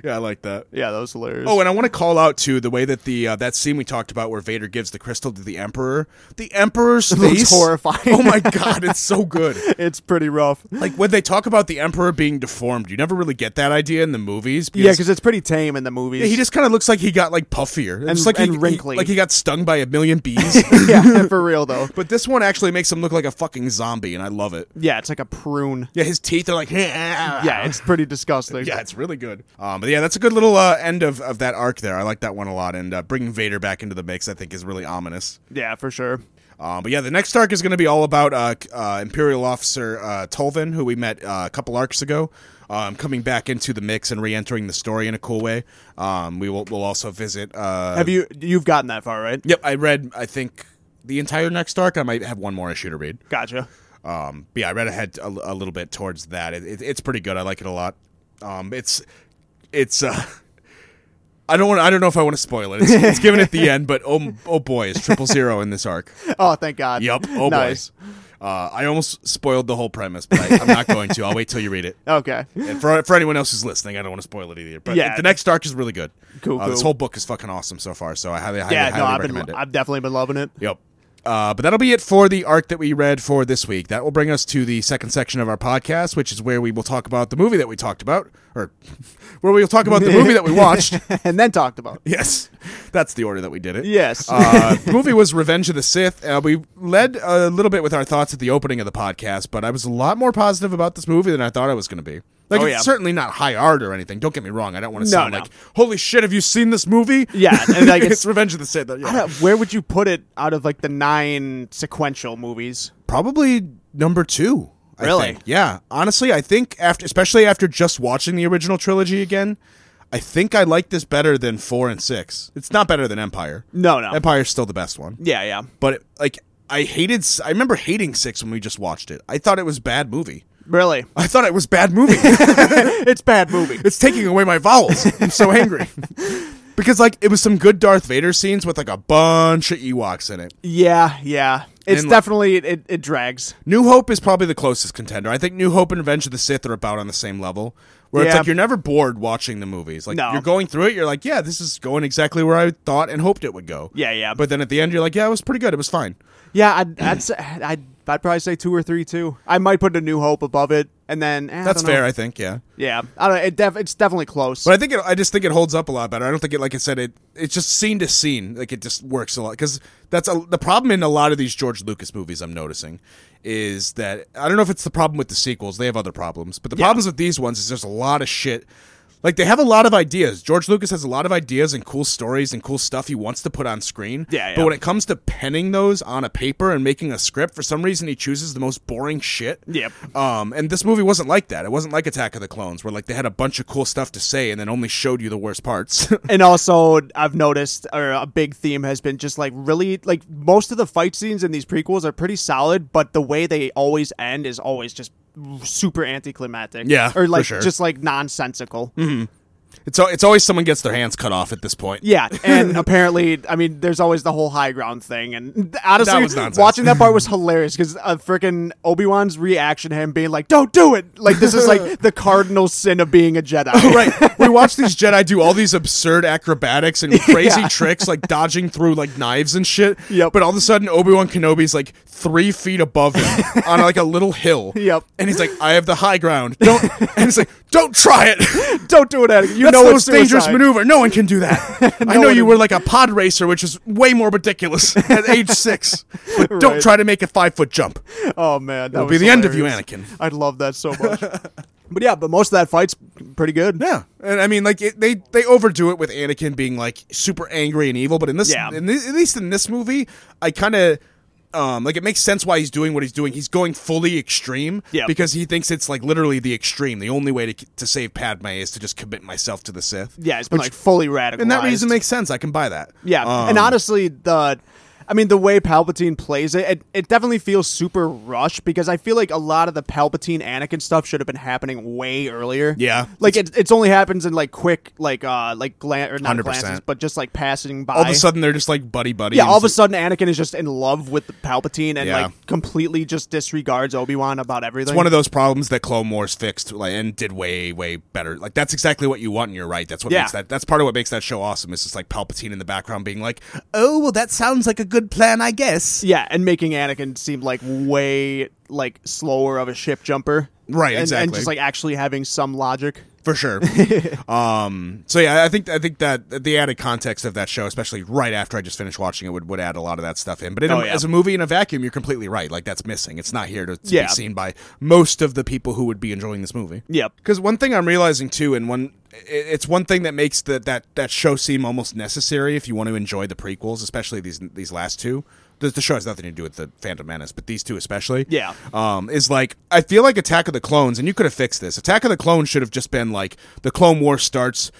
Speaker 1: yeah, I like that.
Speaker 2: Yeah, that was hilarious.
Speaker 1: Oh, and I want to call out too the way that the uh, that scene we talked about where Vader gives the crystal to the Emperor. The Emperor's
Speaker 2: looks
Speaker 1: face
Speaker 2: horrifying.
Speaker 1: Oh my god, it's so good.
Speaker 2: it's pretty rough.
Speaker 1: Like when they talk about the Emperor being deformed, you never really get that idea in the movies.
Speaker 2: Yeah, because it's pretty tame in the movies.
Speaker 1: he just kind of looks like he got like puffier, and, like
Speaker 2: and
Speaker 1: he,
Speaker 2: wrinkly.
Speaker 1: he- like he got stung by a million bees.
Speaker 2: yeah, for real though.
Speaker 1: but this one actually makes him look like a fucking zombie, and I love it.
Speaker 2: Yeah, it's like a prune.
Speaker 1: Yeah, his teeth are like
Speaker 2: Yeah, it's pretty disgusting.
Speaker 1: Yeah, it's really good. Um, but yeah, that's a good little uh, end of, of that arc there. I like that one a lot. And uh, bringing Vader back into the mix, I think, is really ominous.
Speaker 2: Yeah, for sure.
Speaker 1: Um, but yeah, the next arc is going to be all about uh, c- uh, Imperial Officer uh, Tolvin, who we met uh, a couple arcs ago, um, coming back into the mix and re-entering the story in a cool way. Um, we will we'll also visit. Uh,
Speaker 2: Have you you've gotten that far, right?
Speaker 1: Yep, I read. I think the entire next arc. I might have one more issue to read.
Speaker 2: Gotcha.
Speaker 1: Um, but yeah, I read ahead a, a little bit towards that. It, it, it's pretty good. I like it a lot. Um, it's it's. Uh, I don't want. I don't know if I want to spoil it. It's, it's given at the end, but oh oh boy, is triple zero in this arc.
Speaker 2: Oh, thank God.
Speaker 1: Yep. Oh
Speaker 2: nice.
Speaker 1: boy. Uh, I almost spoiled the whole premise, but I, I'm not going to. I'll wait till you read it.
Speaker 2: Okay.
Speaker 1: And for for anyone else who's listening, I don't want to spoil it either. But
Speaker 2: Yeah.
Speaker 1: the next arc is really good.
Speaker 2: Cool,
Speaker 1: Uh, This
Speaker 2: cool.
Speaker 1: whole book is fucking awesome so far. So I highly, highly,
Speaker 2: Yeah,
Speaker 1: highly
Speaker 2: no, I've
Speaker 1: recommend
Speaker 2: been
Speaker 1: it.
Speaker 2: I've definitely been loving it.
Speaker 1: Yep. Uh, but that'll be it for the arc that we read for this week. That will bring us to the second section of our podcast, which is where we will talk about the movie that we talked about, or where we will talk about the movie that we watched.
Speaker 2: and then talked about.
Speaker 1: Yes, that's the order that we did it.
Speaker 2: Yes.
Speaker 1: Uh, the movie was Revenge of the Sith. Uh, we led a little bit with our thoughts at the opening of the podcast, but I was a lot more positive about this movie than I thought I was going to be. Like,
Speaker 2: Oh,
Speaker 1: it's
Speaker 2: yeah.
Speaker 1: certainly not high art or anything. Don't get me wrong. I don't want to
Speaker 2: No,
Speaker 1: sound
Speaker 2: no.
Speaker 1: like, holy shit, have you seen this movie?
Speaker 2: Yeah, and, like,
Speaker 1: it's,
Speaker 2: it's-
Speaker 1: Revenge of the Sith. Yeah.
Speaker 2: I don't- where would you put it out of like the nine sequential movies?
Speaker 1: probably number two. I
Speaker 2: Really?
Speaker 1: think. Yeah. Honestly, I think after, especially after just watching the original trilogy again, I think I like this better than four and six. It's not better than Empire.
Speaker 2: No, no.
Speaker 1: Empire's still the best one.
Speaker 2: Yeah, yeah.
Speaker 1: But it, like, I hated. s- I remember hating six when we just watched it. I thought it was bad movie.
Speaker 2: Really.
Speaker 1: I thought it was bad movie.
Speaker 2: it's bad movie.
Speaker 1: it's taking away my vowels. I'm so angry. Because like it was some good Darth Vader scenes with like a bunch of Ewoks in it.
Speaker 2: Yeah, yeah. It's
Speaker 1: And, like-
Speaker 2: definitely it, it drags.
Speaker 1: New Hope is probably the closest contender. I think New Hope and Revenge of the Sith are about on the same level. Where it's
Speaker 2: Yeah.
Speaker 1: like you're never bored watching the movies. Like
Speaker 2: No.
Speaker 1: you're going through it, you're like, yeah, this is going exactly where I thought and hoped it would go.
Speaker 2: Yeah, yeah.
Speaker 1: But then at the end, you're like, yeah, it was pretty good. It was fine.
Speaker 2: yeah, I'd I'd, say, I'd I'd probably say two or three too. I might put a New Hope above it, and then eh, I
Speaker 1: That's
Speaker 2: don't know.
Speaker 1: fair, I think. Yeah.
Speaker 2: Yeah, I don't. It def- it's definitely close.
Speaker 1: But I think it, I just think it holds up a lot better. I don't think it, like I said, it it's just scene to scene, like it just works a lot because that's a, the problem in a lot of these George Lucas movies. I'm noticing is that I don't know if it's the problem with the sequels; they have other problems. But the problems with these ones is there's a lot of shit. Like they have a lot of ideas. George Lucas has a lot of ideas and cool stories and cool stuff he wants to put on screen.
Speaker 2: Yeah, yeah.
Speaker 1: But when it comes to penning those on a paper and making a script, for some reason he chooses the most boring shit.
Speaker 2: Yep.
Speaker 1: Um, and this movie wasn't like that. It wasn't like Attack of the Clones, where like they had a bunch of cool stuff to say and then only showed you the worst parts.
Speaker 2: and also, I've noticed, or a big theme has been just like really like most of the fight scenes in these prequels are pretty solid, but the way they always end is always just super anticlimactic.
Speaker 1: Yeah,
Speaker 2: or
Speaker 1: for
Speaker 2: like
Speaker 1: sure.
Speaker 2: just like nonsensical.
Speaker 1: it's al- it's always someone gets their hands cut off at this point.
Speaker 2: Yeah, and apparently, I mean, there's always the whole high ground thing, and honestly,
Speaker 1: That was nonsense.
Speaker 2: watching that part was hilarious because uh, freaking Obi Wan's reaction, to him being like, "Don't do it," like this is like the cardinal sin of being a Jedi.
Speaker 1: right. We watch these Jedi do all these absurd acrobatics and crazy
Speaker 2: Yeah.
Speaker 1: tricks, like dodging through like knives and shit.
Speaker 2: Yep.
Speaker 1: But all of a sudden, Obi Wan Kenobi's like three feet above him on like a little hill.
Speaker 2: Yep.
Speaker 1: And he's like, "I have the high ground. Don't." And it's like, "Don't try it."
Speaker 2: Don't do it, Anakin. You
Speaker 1: That's
Speaker 2: know
Speaker 1: the most
Speaker 2: it's
Speaker 1: dangerous
Speaker 2: suicide.
Speaker 1: maneuver. No one can do that. I
Speaker 2: No
Speaker 1: know
Speaker 2: one
Speaker 1: you
Speaker 2: in-
Speaker 1: were like a pod racer, which is way more ridiculous at age six. But don't
Speaker 2: Right.
Speaker 1: try to make a five foot jump.
Speaker 2: Oh man, that
Speaker 1: It'll be
Speaker 2: was
Speaker 1: the end of you,
Speaker 2: hilarious.
Speaker 1: Anakin.
Speaker 2: I'd love that so much. but yeah, but most of that fight's pretty good.
Speaker 1: Yeah, and I mean, like it, they they overdo it with Anakin being like super angry and evil, but in this,
Speaker 2: Yeah.
Speaker 1: in thi- at least in this movie, I kind of um, like it makes sense why he's doing what he's doing. He's going fully extreme
Speaker 2: Yeah.
Speaker 1: because he thinks it's like literally the extreme. The only way to to save Padme is to just commit myself to the Sith.
Speaker 2: Yeah, it's been like fully radicalized.
Speaker 1: and that reason makes sense. I can buy that.
Speaker 2: Yeah,
Speaker 1: Um,
Speaker 2: and honestly, the I mean, the way Palpatine plays it, it, it definitely feels super rushed because I feel like a lot of the Palpatine Anakin stuff should have been happening way earlier.
Speaker 1: Yeah.
Speaker 2: like it, it's only happens in like quick, like uh, like glan or not
Speaker 1: 100%.
Speaker 2: glances, but just like passing by.
Speaker 1: all of a sudden they're just like buddy buddy.
Speaker 2: yeah, all of a sudden Anakin is just in love with Palpatine and
Speaker 1: Yeah.
Speaker 2: like completely just disregards Obi Wan about everything.
Speaker 1: It's one of those problems that Clone Wars fixed like, and did way, way better. Like that's exactly what you want, and you're right. That's what
Speaker 2: Yeah.
Speaker 1: makes that. That's part of what makes that show awesome. Is just like Palpatine in the background being like, "Oh, well, that sounds like a good plan, I guess."
Speaker 2: yeah, and making Anakin seem like way like slower of a ship jumper.
Speaker 1: Right,
Speaker 2: and, And
Speaker 1: exactly.
Speaker 2: just like actually having some logic.
Speaker 1: For sure. um. So yeah, I think I think that the added context of that show, especially right after I just finished watching it, would, would add a lot of that stuff in. But in a-
Speaker 2: Oh, yeah.
Speaker 1: as a movie in a vacuum, you're completely right. Like that's missing. It's not here to, to
Speaker 2: Yeah.
Speaker 1: be seen by most of the people who would be enjoying this movie.
Speaker 2: Yep.
Speaker 1: Because one thing I'm realizing too, and one it- it's one thing that makes the, that that show seem almost necessary if you want to enjoy the prequels, especially these these last two. The, the show has nothing to do with the Phantom Menace, but these two especially.
Speaker 2: Yeah.
Speaker 1: um, is like I feel like Attack of the Clones, and you could have fixed this. Attack of the Clones should have just been like the Clone War starts,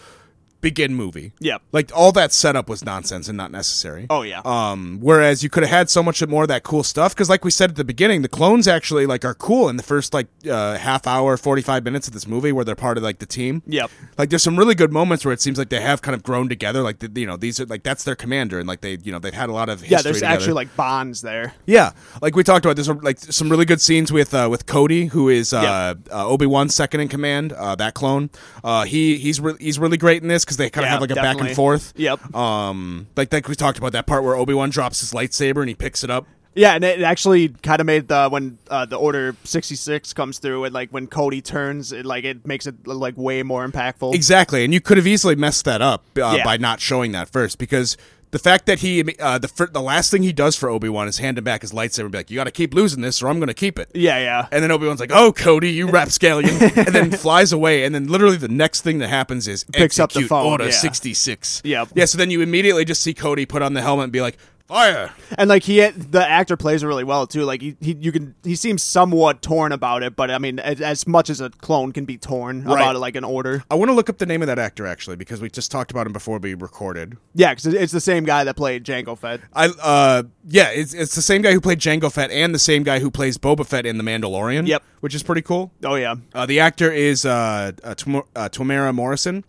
Speaker 1: begin movie.
Speaker 2: Yep.
Speaker 1: like all that setup was nonsense and not necessary.
Speaker 2: Oh, yeah.
Speaker 1: Um, whereas you could have had so much more of that cool stuff because, like we said at the beginning, the clones actually like are cool in the first like uh, half hour, forty five minutes of this movie where they're part of like the team.
Speaker 2: Yep.
Speaker 1: Like there's some really good moments where it seems like they have kind of grown together. Like the, you know these are like that's their commander and like they you know they've had a lot of history
Speaker 2: Yeah, there's
Speaker 1: together.
Speaker 2: actually like bonds there.
Speaker 1: Yeah, like we talked about, there's like some really good scenes with uh, with Cody, who is uh, uh, Obi Wan's second in command, uh, that clone. Uh, he he's re- he's really great in this because they kind of
Speaker 2: Yeah,
Speaker 1: have like a back
Speaker 2: definitely.
Speaker 1: and forth.
Speaker 2: Yep.
Speaker 1: Um, like like we talked about that part where Obi Wan drops his lightsaber and he picks it up.
Speaker 2: Yeah, and it actually kind of made the when uh, the Order 66 comes through and like when Cody turns, it like it makes it like way more impactful.
Speaker 1: Exactly, and you could have easily messed that up uh,
Speaker 2: Yeah.
Speaker 1: by not showing that first because the fact that he uh, the fir- the last thing he does for Obi Wan is hand him back his lightsaber and be like, "You got to keep losing this, or I'm going to keep it."
Speaker 2: yeah, yeah.
Speaker 1: And then Obi Wan's like, "Oh, Cody, you rapscallion," and then flies away. And then literally the next thing that happens is
Speaker 2: Picks up the
Speaker 1: "Execute
Speaker 2: phone,
Speaker 1: Order
Speaker 2: yeah.
Speaker 1: sixty six.
Speaker 2: Yep.
Speaker 1: Yeah. So then you immediately just see Cody put on the helmet and be like, "Fire!"
Speaker 2: And like he had, the actor plays it really well too. Like he, he you can he seems somewhat torn about it, but I mean as, as much as a clone can be torn
Speaker 1: Right.
Speaker 2: about it, like an Order.
Speaker 1: I want to look up the name of that actor actually because we just talked about him before we recorded.
Speaker 2: Yeah, cuz it's the same guy that played Jango Fett.
Speaker 1: I uh yeah, it's it's the same guy who played Jango Fett and the same guy who plays Boba Fett in The Mandalorian.
Speaker 2: Yep.
Speaker 1: which is pretty cool.
Speaker 2: Oh yeah.
Speaker 1: Uh, the actor is uh, uh, Tom- uh Tomera Morrison,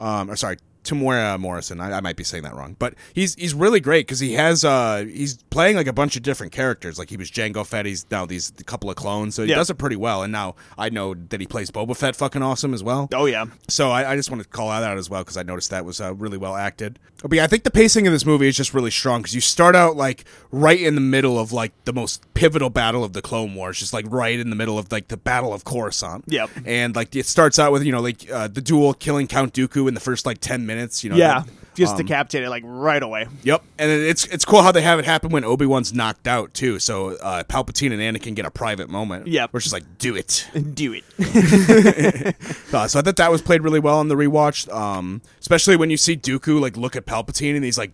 Speaker 1: um, or sorry, Tomera Morrison. I, I might be saying that wrong, but he's he's really great because he has uh he's playing like a bunch of different characters. Like he was Jango Fett. He's now these couple of clones, so he
Speaker 2: Yeah.
Speaker 1: does it pretty well. And now I know that he plays Boba Fett fucking awesome as well.
Speaker 2: Oh yeah.
Speaker 1: So I, I just want to call that out as well because I noticed that was uh, really well acted. But yeah, I think the pacing of this movie is just really strong because you start out like right in the middle of like the most pivotal battle of the Clone Wars, just like right in the middle of like the Battle of Coruscant.
Speaker 2: Yep.
Speaker 1: And like it starts out with you know like uh, the duel killing Count Dooku in the first like ten minutes. You know.
Speaker 2: Yeah.
Speaker 1: that-
Speaker 2: Just decapitated like right away.
Speaker 1: Yep, and it- it's it's cool how they have it happen when Obi Wan's knocked out too. So uh, Palpatine and Anakin get a private moment.
Speaker 2: Yep.
Speaker 1: which is like do it.
Speaker 2: Do it.
Speaker 1: Uh, so I thought that was played really well on the rewatch, um, especially when you see Dooku like look at Palpatine and he's like,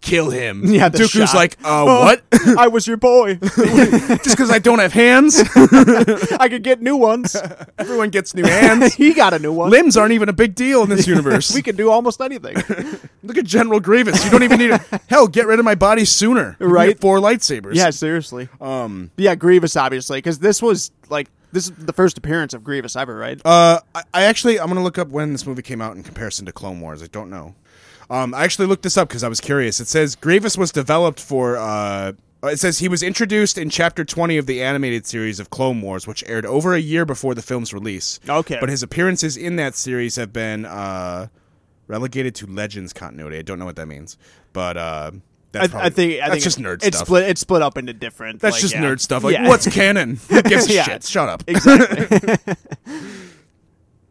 Speaker 1: "Kill him."
Speaker 2: Yeah, the Oh.
Speaker 1: Dooku's
Speaker 2: shock.
Speaker 1: like, "Uh, what?
Speaker 2: I was your boy.
Speaker 1: Just because I don't have hands?
Speaker 2: I could get new ones.
Speaker 1: Everyone gets new hands.
Speaker 2: he got a new one.
Speaker 1: Limbs aren't even a big deal in this universe.
Speaker 2: We can do almost anything.
Speaker 1: look at General Grievous. You don't even need a hell. Get rid of my body sooner. You
Speaker 2: Right.
Speaker 1: get Four lightsabers.
Speaker 2: yeah, seriously. Um. Yeah, Grievous obviously, because this was like this is the first appearance of Grievous ever, right?
Speaker 1: Uh, I, I actually I'm gonna look up when this movie came out in comparison to Clone Wars. I don't know. Um, I actually looked this up because I was curious. It says Grievous was developed for. Uh, it says he was introduced in chapter 20 of the animated series of Clone Wars, which aired over a year before the film's release.
Speaker 2: Okay.
Speaker 1: But his appearances in that series have been uh, relegated to Legends continuity. I don't know what that means, but uh, that's
Speaker 2: I,
Speaker 1: probably,
Speaker 2: I think I
Speaker 1: that's
Speaker 2: think
Speaker 1: just nerd
Speaker 2: it's
Speaker 1: stuff.
Speaker 2: Split, it's split up into different.
Speaker 1: That's
Speaker 2: like,
Speaker 1: just
Speaker 2: yeah.
Speaker 1: nerd stuff. Like,
Speaker 2: Yeah.
Speaker 1: what's canon? Who gives a
Speaker 2: Yeah.
Speaker 1: shit? Shut up.
Speaker 2: exactly?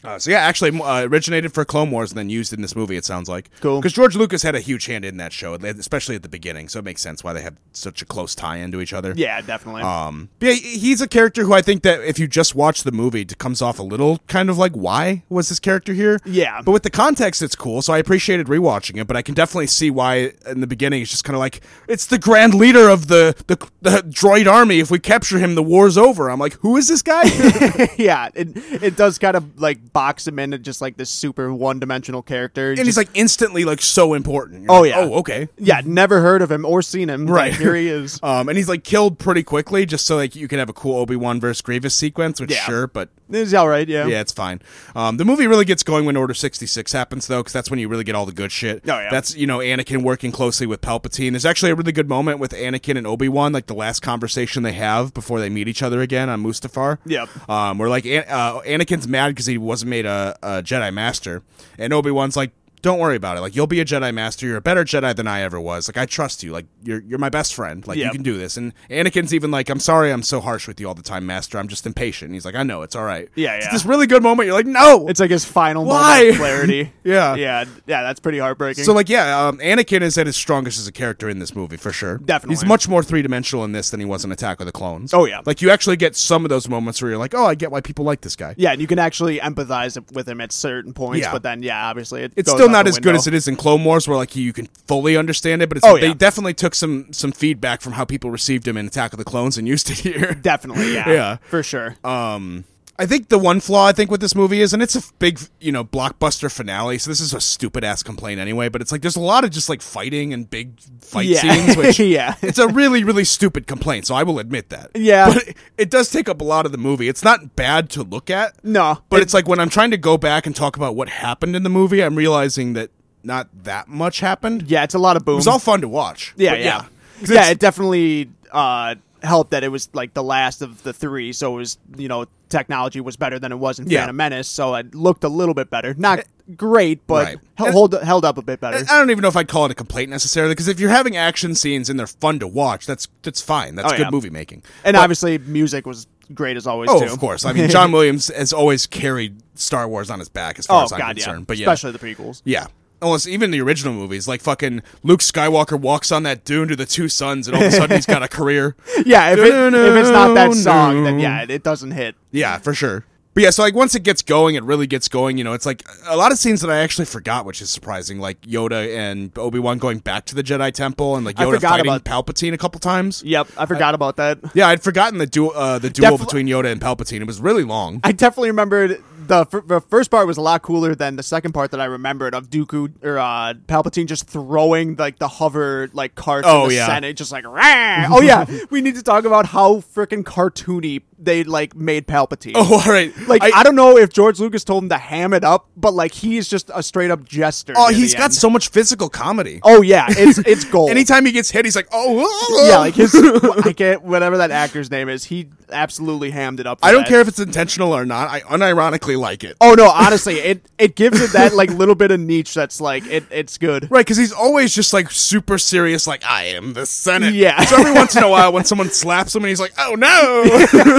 Speaker 1: Uh, so yeah, actually uh, originated for Clone Wars and then used in this movie. It sounds like
Speaker 2: Cool.
Speaker 1: because George Lucas had a huge hand in that show, especially at the beginning. So it makes sense why they have such a close tie-in to each other.
Speaker 2: Yeah, definitely.
Speaker 1: Um, but yeah, he's a character who I think that if you just watch the movie, it comes off a little kind of like, why was this character here?
Speaker 2: Yeah.
Speaker 1: But with the context, it's cool. So I appreciated rewatching it, but I can definitely see why in the beginning it's just kind of like, it's the grand leader of the, the the droid army. If we capture him, the war's over. I'm like, who is this guy?
Speaker 2: yeah, it it does kind of like box him into just like this super one dimensional character.
Speaker 1: and he's like instantly like so important. You're
Speaker 2: Oh,
Speaker 1: like,
Speaker 2: yeah.
Speaker 1: Oh okay.
Speaker 2: yeah, never heard of him or seen him. but
Speaker 1: Right.
Speaker 2: here he is.
Speaker 1: Um, and he's like killed pretty quickly, just so like you can have a cool Obi Wan versus Grievous sequence. Which
Speaker 2: Yeah.
Speaker 1: sure, but
Speaker 2: He's all right. Yeah.
Speaker 1: Yeah, it's fine. Um, the movie really gets going when Order sixty six happens, though, because that's when you really get all the good shit.
Speaker 2: Oh, yeah.
Speaker 1: That's you know Anakin working closely with Palpatine. There's actually a really good moment with Anakin and Obi Wan, like the last conversation they have before they meet each other again on Mustafar.
Speaker 2: Yep.
Speaker 1: Um, where like An- uh, Anakin's mad because he wasn't made a, a Jedi Master, and Obi Wan's like. Don't worry about it. Like you'll be a Jedi Master. You're a better Jedi than I ever was. Like I trust you. Like you're you're my best friend. Like you
Speaker 2: Yep.
Speaker 1: can do this. And Anakin's even like, I'm sorry, I'm so harsh with you all the time, Master. I'm just impatient. And he's like, I know it's all right.
Speaker 2: Yeah,
Speaker 1: It's
Speaker 2: yeah.
Speaker 1: this really good moment. You're like, no.
Speaker 2: It's like his final
Speaker 1: Why?
Speaker 2: moment of clarity.
Speaker 1: Yeah.
Speaker 2: Yeah. Yeah. That's pretty heartbreaking.
Speaker 1: so like, yeah, um, Anakin is at his strongest as a character in this movie for sure.
Speaker 2: Definitely.
Speaker 1: he's much more three dimensional in this than he was in Attack of the Clones.
Speaker 2: Oh, yeah.
Speaker 1: like you actually get some of those moments where you're like, oh, I get why people like this guy.
Speaker 2: yeah, and you can actually empathize with him at certain points,
Speaker 1: Yeah.
Speaker 2: but then yeah, obviously it
Speaker 1: It's
Speaker 2: goes
Speaker 1: still
Speaker 2: out
Speaker 1: not
Speaker 2: the
Speaker 1: as good
Speaker 2: window.
Speaker 1: as it is in Clone Wars, where like you can fully understand it. But it's,
Speaker 2: Oh, yeah.
Speaker 1: they definitely took some some feedback from how people received him in Attack of the Clones and used it here.
Speaker 2: Definitely. Yeah.
Speaker 1: Yeah.
Speaker 2: For sure.
Speaker 1: Um, I think the one flaw I think with this movie is, and it's a big you know blockbuster finale, so this is a stupid ass complaint anyway. But it's like there's a lot of just like fighting and big fight
Speaker 2: Yeah.
Speaker 1: scenes, which
Speaker 2: Yeah.
Speaker 1: it's a really really stupid complaint. So I will admit that.
Speaker 2: Yeah.
Speaker 1: but it, it does take up a lot of the movie. It's not bad to look at,
Speaker 2: No.
Speaker 1: but it's like when I'm trying to go back and talk about what happened in the movie, I'm realizing that not that much happened.
Speaker 2: yeah, it's a lot of boom.
Speaker 1: It was all fun to watch.
Speaker 2: Yeah,
Speaker 1: But
Speaker 2: yeah, yeah.
Speaker 1: 'Cause it's-
Speaker 2: it definitely uh, helped that it was like the last of the three, so it was you know technology was better than it was in
Speaker 1: Yeah.
Speaker 2: Phantom Menace, so it looked a little bit better. Not great, but
Speaker 1: Right.
Speaker 2: hel- hold held up a bit better.
Speaker 1: I I don't even know if I'd call it a complaint necessarily because if you're having action scenes and they're fun to watch, that's that's fine. That's
Speaker 2: Oh,
Speaker 1: good
Speaker 2: yeah.
Speaker 1: movie making.
Speaker 2: and
Speaker 1: But-
Speaker 2: obviously, music was great as always.
Speaker 1: oh,
Speaker 2: too.
Speaker 1: of course. I mean, John Williams has always carried Star Wars on his back as far
Speaker 2: Oh
Speaker 1: as I'm
Speaker 2: god, yeah.
Speaker 1: concerned. But yeah,
Speaker 2: especially the prequels.
Speaker 1: yeah. Almost even the original movies, like fucking Luke Skywalker walks on that dune to the two suns, and all of a sudden he's got a career.
Speaker 2: Yeah, if, it, if it's not that
Speaker 1: No,
Speaker 2: song, then
Speaker 1: no.
Speaker 2: yeah, it doesn't hit.
Speaker 1: Yeah, for sure. But yeah, so like once it gets going, it really gets going. You know, it's like a lot of scenes that I actually forgot, which is surprising. Like Yoda and Obi Wan going back to the Jedi Temple, and like
Speaker 2: I
Speaker 1: Yoda
Speaker 2: forgot
Speaker 1: fighting
Speaker 2: about-
Speaker 1: Palpatine a couple times.
Speaker 2: Yep, I forgot about that.
Speaker 1: Yeah, I'd forgotten the duel, uh, the duel
Speaker 2: Defi-
Speaker 1: between Yoda and Palpatine. It was really long.
Speaker 2: I definitely remembered the, fir- the first part was a lot cooler than the second part that I remembered of Dooku or uh, Palpatine just throwing like the hover like carts
Speaker 1: Oh,
Speaker 2: in the
Speaker 1: yeah.
Speaker 2: Senate, just like Rah! oh yeah. We need to talk about how freaking cartoony they like made Palpatine.
Speaker 1: Oh, all right.
Speaker 2: Like I, don't know if George Lucas told him to ham it up, but like he's just a straight up jester.
Speaker 1: oh,
Speaker 2: near
Speaker 1: he's
Speaker 2: the
Speaker 1: got
Speaker 2: end.
Speaker 1: so much physical comedy.
Speaker 2: Oh yeah, it's it's gold.
Speaker 1: Anytime he gets hit, he's like, oh,
Speaker 2: yeah, like his I can't whatever that actor's name is, he absolutely hammed it up. for
Speaker 1: I don't
Speaker 2: that.
Speaker 1: care if it's intentional or not. I unironically like it.
Speaker 2: Oh no, honestly, it it gives it that like little bit of niche that's like it it's good.
Speaker 1: Right, because he's always just like super serious, like I am the Senate.
Speaker 2: Yeah.
Speaker 1: So every once in a while, when someone slaps him, and he's like, "Oh no!"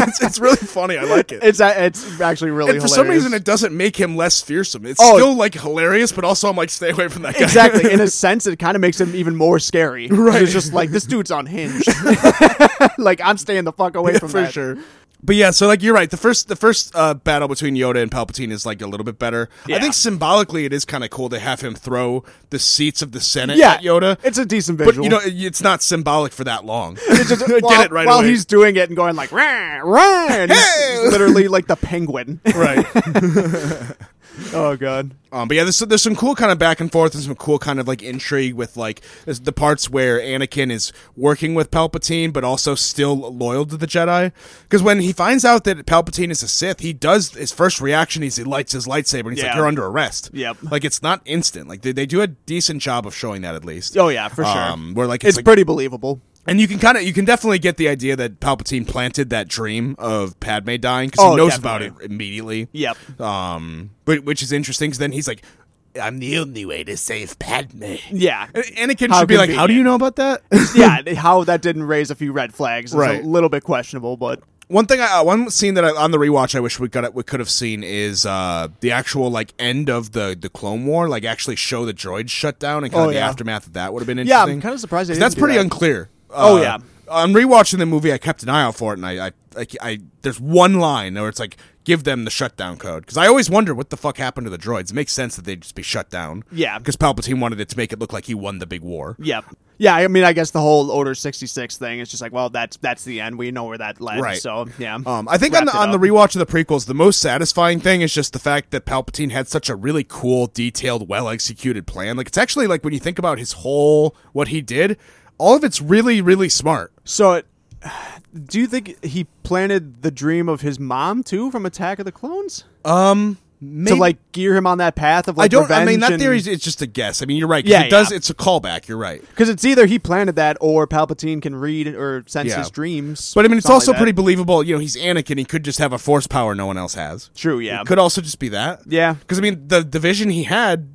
Speaker 1: it's, it's really funny. I like it.
Speaker 2: It's a- it's actually really
Speaker 1: and for
Speaker 2: hilarious.
Speaker 1: some reason, it doesn't make him less fearsome. It's
Speaker 2: Oh.
Speaker 1: still like hilarious, but also I'm like, stay away from that guy.
Speaker 2: exactly in a sense it kind of makes him even more scary. 'Cause
Speaker 1: Right.
Speaker 2: it's just like this dude's on hinge. like I'm staying the fuck away from
Speaker 1: for
Speaker 2: that.
Speaker 1: sure. But yeah, so like you're right. The first the first uh, battle between Yoda and Palpatine is like a little bit better. I
Speaker 2: Yeah.
Speaker 1: think symbolically, it is kind of cool to have him throw the seats of the Senate
Speaker 2: Yeah,
Speaker 1: at Yoda.
Speaker 2: It's a decent
Speaker 1: but
Speaker 2: visual.
Speaker 1: you know, it's not symbolic for that long.
Speaker 2: It's just-
Speaker 1: Get
Speaker 2: while,
Speaker 1: it right
Speaker 2: while
Speaker 1: away.
Speaker 2: he's doing it and going like rah, rah, and he's
Speaker 1: Hey!
Speaker 2: literally like the penguin.
Speaker 1: right.
Speaker 2: oh god.
Speaker 1: Um, but yeah, there's, there's some cool kind of back and forth and some cool kind of like intrigue with like there's the parts where Anakin is working with Palpatine, but also still loyal to the Jedi. Because when he finds out that Palpatine is a Sith, he does his first reaction is he lights his lightsaber and he's like,
Speaker 2: Yeah.
Speaker 1: "You're under arrest."
Speaker 2: Yep.
Speaker 1: Like it's not instant. Like they, they do a decent job of showing that at least.
Speaker 2: Oh yeah, for sure.
Speaker 1: Um, where like
Speaker 2: it's
Speaker 1: it's, like,
Speaker 2: pretty believable.
Speaker 1: and you can kind of you can definitely get the idea that Palpatine planted that dream of Padme dying because
Speaker 2: Oh,
Speaker 1: he knows about
Speaker 2: definitely.
Speaker 1: it immediately.
Speaker 2: Yep.
Speaker 1: Um, but which is interesting because then he's like, "I'm the only way to save Padme."
Speaker 2: Yeah.
Speaker 1: And Anakin
Speaker 2: How
Speaker 1: should be like, "How do
Speaker 2: convenient.
Speaker 1: you know about that?"
Speaker 2: yeah, how that didn't raise a few red flags is
Speaker 1: Right.
Speaker 2: a little bit questionable, but
Speaker 1: One thing, I, uh, one scene that I, on the rewatch I wish we could we could have seen is uh, the actual like end of the the Clone War, like actually show the droids shut down and kind
Speaker 2: Oh,
Speaker 1: of the
Speaker 2: yeah.
Speaker 1: aftermath of that would have been
Speaker 2: Yeah, I'm
Speaker 1: interesting.
Speaker 2: kinda surprised they
Speaker 1: 'Cause
Speaker 2: didn't
Speaker 1: that's
Speaker 2: do
Speaker 1: pretty
Speaker 2: that.
Speaker 1: unclear.
Speaker 2: Oh,
Speaker 1: Uh,
Speaker 2: yeah.
Speaker 1: on rewatching the movie, I kept an eye out for it, and I, I, I, I there's one line where it's like, "Give them the shutdown code," because I always wonder what the fuck happened to the droids. It makes sense that they'd just be shut down.
Speaker 2: Yeah.
Speaker 1: because Palpatine wanted it to make it look like he won the big war.
Speaker 2: Yep. Yeah, I mean, I guess the whole Order sixty six thing is just like, well, that's that's the end. We know where that led.
Speaker 1: Right.
Speaker 2: So yeah.
Speaker 1: Um, I think on
Speaker 2: Wrapped
Speaker 1: the,
Speaker 2: it
Speaker 1: on the
Speaker 2: up.
Speaker 1: rewatch of the prequels, the most satisfying thing is just the fact that Palpatine had such a really cool, detailed, well executed plan. Like it's actually like when you think about his whole what he did, all of it's really, really smart.
Speaker 2: so, it, do you think he planted the dream of his mom too from Attack of the Clones
Speaker 1: Maybe,
Speaker 2: to like gear him on that path of like
Speaker 1: I don't. I mean,
Speaker 2: revenge
Speaker 1: that
Speaker 2: and-
Speaker 1: theory is it's just a guess. I mean, you're right. 'cause
Speaker 2: Yeah,
Speaker 1: it does.
Speaker 2: yeah.
Speaker 1: It's a callback. You're right.
Speaker 2: Because it's either he planted that or Palpatine can read or sense
Speaker 1: Yeah.
Speaker 2: his dreams.
Speaker 1: But I mean, it's
Speaker 2: something
Speaker 1: also
Speaker 2: like that.
Speaker 1: pretty believable. You know, he's Anakin. He could just have a force power no one else has.
Speaker 2: true. Yeah.
Speaker 1: It could also just be that.
Speaker 2: Yeah.
Speaker 1: Because I mean, the the vision he had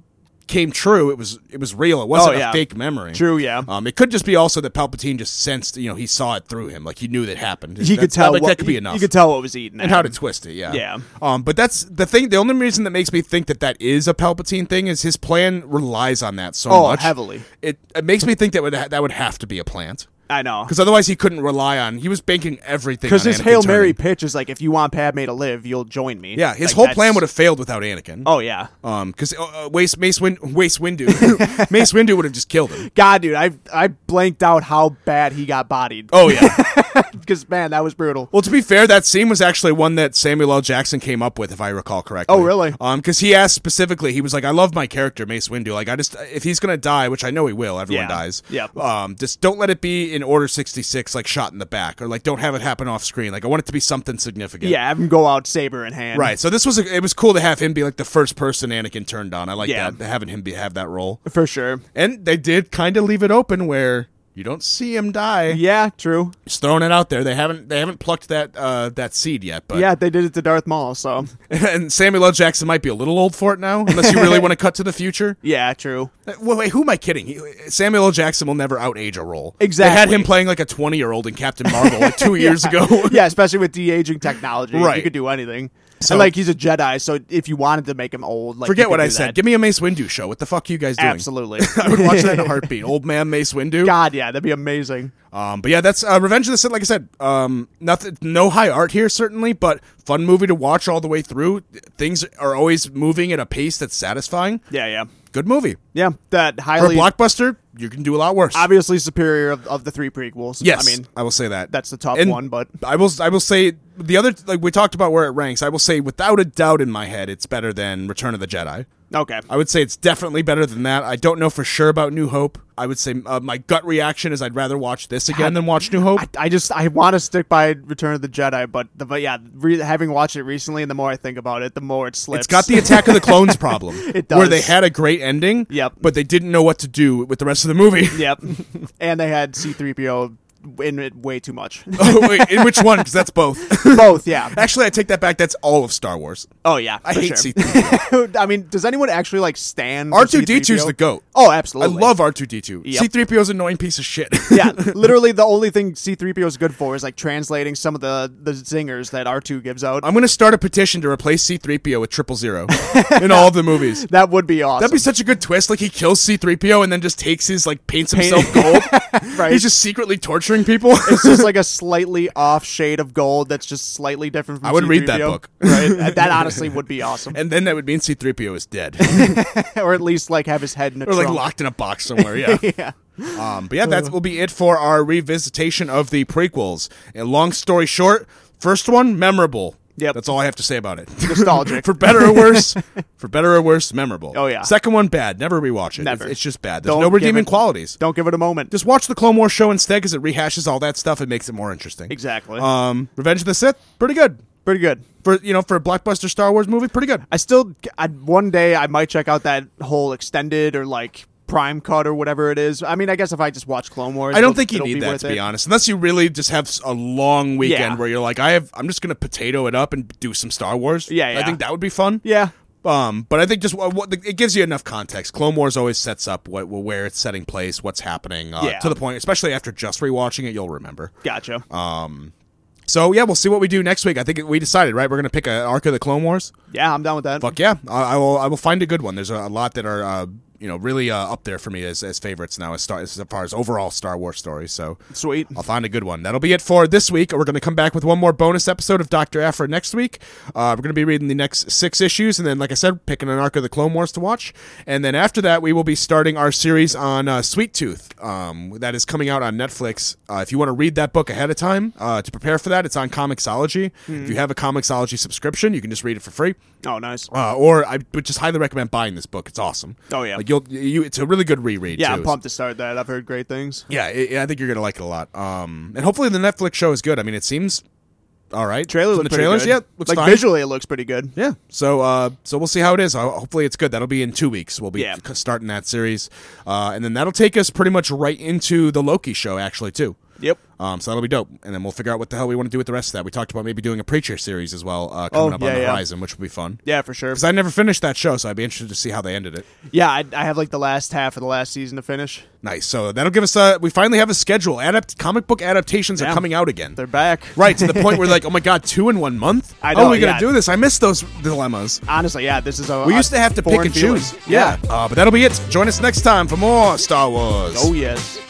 Speaker 1: came true. It was it was real. It wasn't
Speaker 2: Oh, yeah.
Speaker 1: a fake memory.
Speaker 2: True. Yeah.
Speaker 1: Um, it could just be also that Palpatine just sensed, you know, he saw it through him, like he knew that happened.
Speaker 2: he could
Speaker 1: That's-
Speaker 2: tell.
Speaker 1: like,
Speaker 2: what,
Speaker 1: that could be
Speaker 2: he-
Speaker 1: enough.
Speaker 2: He could tell what was eaten.
Speaker 1: and how to twist it, yeah,
Speaker 2: Yeah.
Speaker 1: Um, but that's the thing. The only reason that makes me think that that is a Palpatine thing is his plan relies on that so
Speaker 2: Oh,
Speaker 1: much
Speaker 2: heavily.
Speaker 1: It it makes me think that would ha- that would have to be a plant
Speaker 2: I know.
Speaker 1: because otherwise he couldn't rely on. He was banking everything
Speaker 2: Because
Speaker 1: on
Speaker 2: his
Speaker 1: Anakin
Speaker 2: Hail
Speaker 1: turning.
Speaker 2: Mary pitch is like, if you want Padme to live, you'll join me.
Speaker 1: Yeah, his
Speaker 2: Like,
Speaker 1: whole
Speaker 2: that's-
Speaker 1: plan would have failed without Anakin.
Speaker 2: Oh yeah.
Speaker 1: Um, because uh, uh, Waste Mace Win- Waste Windu Mace Windu would have just killed him.
Speaker 2: God, dude, I I blanked out how bad he got bodied.
Speaker 1: Oh yeah.
Speaker 2: Because man, that was brutal.
Speaker 1: Well, to be fair, that scene was actually one that Samuel L. Jackson came up with, if I recall correctly.
Speaker 2: Oh, really?
Speaker 1: Um, because he asked specifically, he was like, "I love my character, Mace Windu. Like, I just if he's gonna die, which I know he will, everyone
Speaker 2: Yeah.
Speaker 1: dies.
Speaker 2: Yep.
Speaker 1: Um, just don't let it be in Order sixty six, like shot in the back, or like don't have it happen off screen. Like, I want it to be something significant.
Speaker 2: Yeah, have him go out saber in hand.
Speaker 1: Right. So this was a, it was cool to have him be like the first person Anakin turned on. I like
Speaker 2: Yeah.
Speaker 1: that having him be have that role.
Speaker 2: for sure.
Speaker 1: And they did kind of leave it open where. You don't see him die.
Speaker 2: Yeah, true.
Speaker 1: Just throwing it out there. They haven't they haven't plucked that uh, that seed yet. But
Speaker 2: Yeah, they did it to Darth Maul. So
Speaker 1: and Samuel L. Jackson might be a little old for it now, unless you really want to cut to the future.
Speaker 2: yeah, true.
Speaker 1: Uh, Wait, wait, who am I kidding? He- Samuel L. Jackson will never outage a role. They had
Speaker 2: Exactly.
Speaker 1: him playing like a 20 year old in Captain Marvel like two years ago.
Speaker 2: yeah, especially with de aging technology,
Speaker 1: Right.
Speaker 2: You could do anything.
Speaker 1: So-
Speaker 2: and like he's a Jedi, so if you wanted to make him old, like
Speaker 1: Forget
Speaker 2: you
Speaker 1: what
Speaker 2: could
Speaker 1: I
Speaker 2: do
Speaker 1: said.
Speaker 2: that.
Speaker 1: Give me a Mace Windu show. What the fuck are you guys doing?
Speaker 2: Absolutely.
Speaker 1: I would watch that in a heartbeat. Old man Mace Windu.
Speaker 2: God, yeah, that'd be amazing.
Speaker 1: Um, but yeah, that's uh, Revenge of the Sith. Like I said, um, nothing, no high art here certainly, but fun movie to watch all the way through. Things are always moving at a pace that's satisfying.
Speaker 2: Yeah, yeah,
Speaker 1: Good movie
Speaker 2: yeah. That
Speaker 1: for a
Speaker 2: highly
Speaker 1: blockbuster. You can do a lot worse.
Speaker 2: obviously superior of, of the three prequels.
Speaker 1: Yes,
Speaker 2: I mean
Speaker 1: I will say that
Speaker 2: that's the top
Speaker 1: And
Speaker 2: one, but
Speaker 1: I will. I will say the other. Like we talked about where it ranks. I will say without a doubt in my head, it's better than Return of the Jedi.
Speaker 2: okay.
Speaker 1: I would say it's definitely better than that. I don't know for sure about New Hope. I would say uh, my gut reaction is I'd rather watch this again than watch New Hope.
Speaker 2: I, I just I want to stick by Return of the Jedi, but the, but yeah, re- having watched it recently, and the more I think about it, the more it slips.
Speaker 1: It's got the Attack of the Clones problem,
Speaker 2: It
Speaker 1: where
Speaker 2: does.
Speaker 1: they had a great ending,
Speaker 2: Yep.
Speaker 1: but they didn't know what to do with the rest of the movie.
Speaker 2: yep, and they had C three PO in it way too much.
Speaker 1: oh, wait, in which one? Because that's both.
Speaker 2: Both, yeah.
Speaker 1: Actually, I take that back. That's all of Star Wars.
Speaker 2: Oh yeah,
Speaker 1: I
Speaker 2: for
Speaker 1: hate
Speaker 2: sure.
Speaker 1: C-3PO.
Speaker 2: I mean, does anyone actually like stand?
Speaker 1: R two D two is the goat.
Speaker 2: Oh,
Speaker 1: I
Speaker 2: absolutely.
Speaker 1: love R two D two.
Speaker 2: Yep.
Speaker 1: C three PO is an annoying piece of shit.
Speaker 2: yeah, literally the only thing C3PO is good for is like translating some of the the zingers that R2 gives out.
Speaker 1: I'm gonna start a petition to replace C-3PO with Triple Zero in all of the movies.
Speaker 2: that would be awesome.
Speaker 1: That'd be such a good twist. Like he kills C-3PO and then just takes his like paints himself gold.
Speaker 2: Right.
Speaker 1: He's just secretly torturing people.
Speaker 2: It's just like a slightly off shade of gold that's just slightly different from
Speaker 1: I would read that
Speaker 2: C-3PO.
Speaker 1: book.
Speaker 2: Right. That honestly would be awesome.
Speaker 1: and then that would mean C-3PO is dead
Speaker 2: or at least like have his head in a
Speaker 1: or like
Speaker 2: trunk.
Speaker 1: locked in a box somewhere. Yeah.
Speaker 2: yeah.
Speaker 1: Um, but yeah, that will be it for our revisitation of the prequels. And long story short, first one memorable.
Speaker 2: Yep.
Speaker 1: That's all I have to say about it.
Speaker 2: Nostalgic.
Speaker 1: for better or worse, for better or worse, memorable.
Speaker 2: Oh, yeah.
Speaker 1: Second one bad. Never rewatch it.
Speaker 2: Never.
Speaker 1: It's, it's just bad. There's
Speaker 2: Don't
Speaker 1: no
Speaker 2: give
Speaker 1: redeeming
Speaker 2: it-
Speaker 1: qualities.
Speaker 2: Don't give it a moment.
Speaker 1: just watch the Clone Wars show instead because it rehashes all that stuff and makes it more interesting.
Speaker 2: exactly.
Speaker 1: Um, Revenge of the Sith, pretty good
Speaker 2: Pretty good.
Speaker 1: for you know for a blockbuster Star Wars movie, pretty good.
Speaker 2: I still I, one day I might check out that whole extended or like prime cut or whatever it is. I mean, I guess if I just watch Clone Wars,
Speaker 1: I don't
Speaker 2: it'll-
Speaker 1: think you
Speaker 2: it'll
Speaker 1: need
Speaker 2: be
Speaker 1: that
Speaker 2: worth
Speaker 1: to be
Speaker 2: it.
Speaker 1: honest, unless you really just have s- a long weekend
Speaker 2: Yeah.
Speaker 1: where you're like, I have, I'm just gonna potato it up and do some Star Wars.
Speaker 2: Yeah,
Speaker 1: I
Speaker 2: yeah.
Speaker 1: think that would be fun.
Speaker 2: Yeah.
Speaker 1: Um, but I think just what, what it gives you enough context. Clone Wars always sets up what where it's setting place, what's happening, uh,
Speaker 2: Yeah.
Speaker 1: to the point. Especially after just rewatching it, you'll remember.
Speaker 2: Gotcha.
Speaker 1: So yeah, we'll see what we do next week. I think we decided, right? We're gonna pick an arc of the Clone Wars.
Speaker 2: Yeah, I'm down with that.
Speaker 1: Fuck yeah, I, I will. I will find a good one. There's a, a lot that are. Uh, you know, really uh, up there for me as, as favorites now as, star, as far as overall Star Wars stories. So
Speaker 2: Sweet.
Speaker 1: I'll find a good one. That'll be it for this week. We're going to come back with one more bonus episode of Dr. Afra next week. Uh, we're going to be reading the next six issues, and then, like I said, picking an arc of the Clone Wars to watch. And then after that, we will be starting our series on uh, Sweet Tooth. Um, that is coming out on Netflix. Uh, if you want to read that book ahead of time uh, to prepare for that, it's on Comixology.
Speaker 2: Hmm.
Speaker 1: If you have a Comixology subscription, you can just read it for free.
Speaker 2: Oh, nice.
Speaker 1: Uh, or I would just highly recommend buying this book. It's awesome.
Speaker 2: Oh, yeah.
Speaker 1: like you'll you. It's a really good reread.
Speaker 2: Yeah,
Speaker 1: too.
Speaker 2: I'm pumped to start that. I've heard great things.
Speaker 1: Yeah, i I think you're gonna like it a lot. Um, and hopefully the Netflix show is good. I mean, it seems all right.
Speaker 2: Trailer
Speaker 1: From
Speaker 2: looks
Speaker 1: the
Speaker 2: pretty
Speaker 1: trailers,
Speaker 2: good.
Speaker 1: yeah, looks
Speaker 2: like
Speaker 1: fine.
Speaker 2: visually, it looks pretty good.
Speaker 1: Yeah. So, uh, so we'll see how it is. Ho- Hopefully, it's good. That'll be in two weeks. We'll be
Speaker 2: Yeah.
Speaker 1: c- starting that series, uh, and then that'll take us pretty much right into the Loki show, actually, too.
Speaker 2: Yep.
Speaker 1: Um, so that'll be dope, and then we'll figure out what the hell we want to do with the rest of that. We talked about maybe doing a preacher series as well uh, coming
Speaker 2: Oh,
Speaker 1: up
Speaker 2: yeah,
Speaker 1: on the
Speaker 2: yeah.
Speaker 1: horizon, which would be fun.
Speaker 2: Yeah, for sure.
Speaker 1: Because I never finished that show, so I'd be interested to see how they ended it.
Speaker 2: Yeah, I, I have like the last half of the last season to finish.
Speaker 1: Nice. So that'll give us a. We finally have a schedule. Adapt comic book adaptations are
Speaker 2: Yeah.
Speaker 1: coming out again.
Speaker 2: They're back.
Speaker 1: Right, to the point where like, oh my god, two in one month?
Speaker 2: I
Speaker 1: How
Speaker 2: know,
Speaker 1: are we gonna
Speaker 2: yeah.
Speaker 1: do this? I miss those dilemmas.
Speaker 2: Honestly, yeah, this is a.
Speaker 1: We
Speaker 2: a
Speaker 1: used to have to pick
Speaker 2: foreign
Speaker 1: and
Speaker 2: feeling.
Speaker 1: choose. Yeah. Uh, but that'll be it. Join us next time for more Star Wars.
Speaker 2: Oh yes.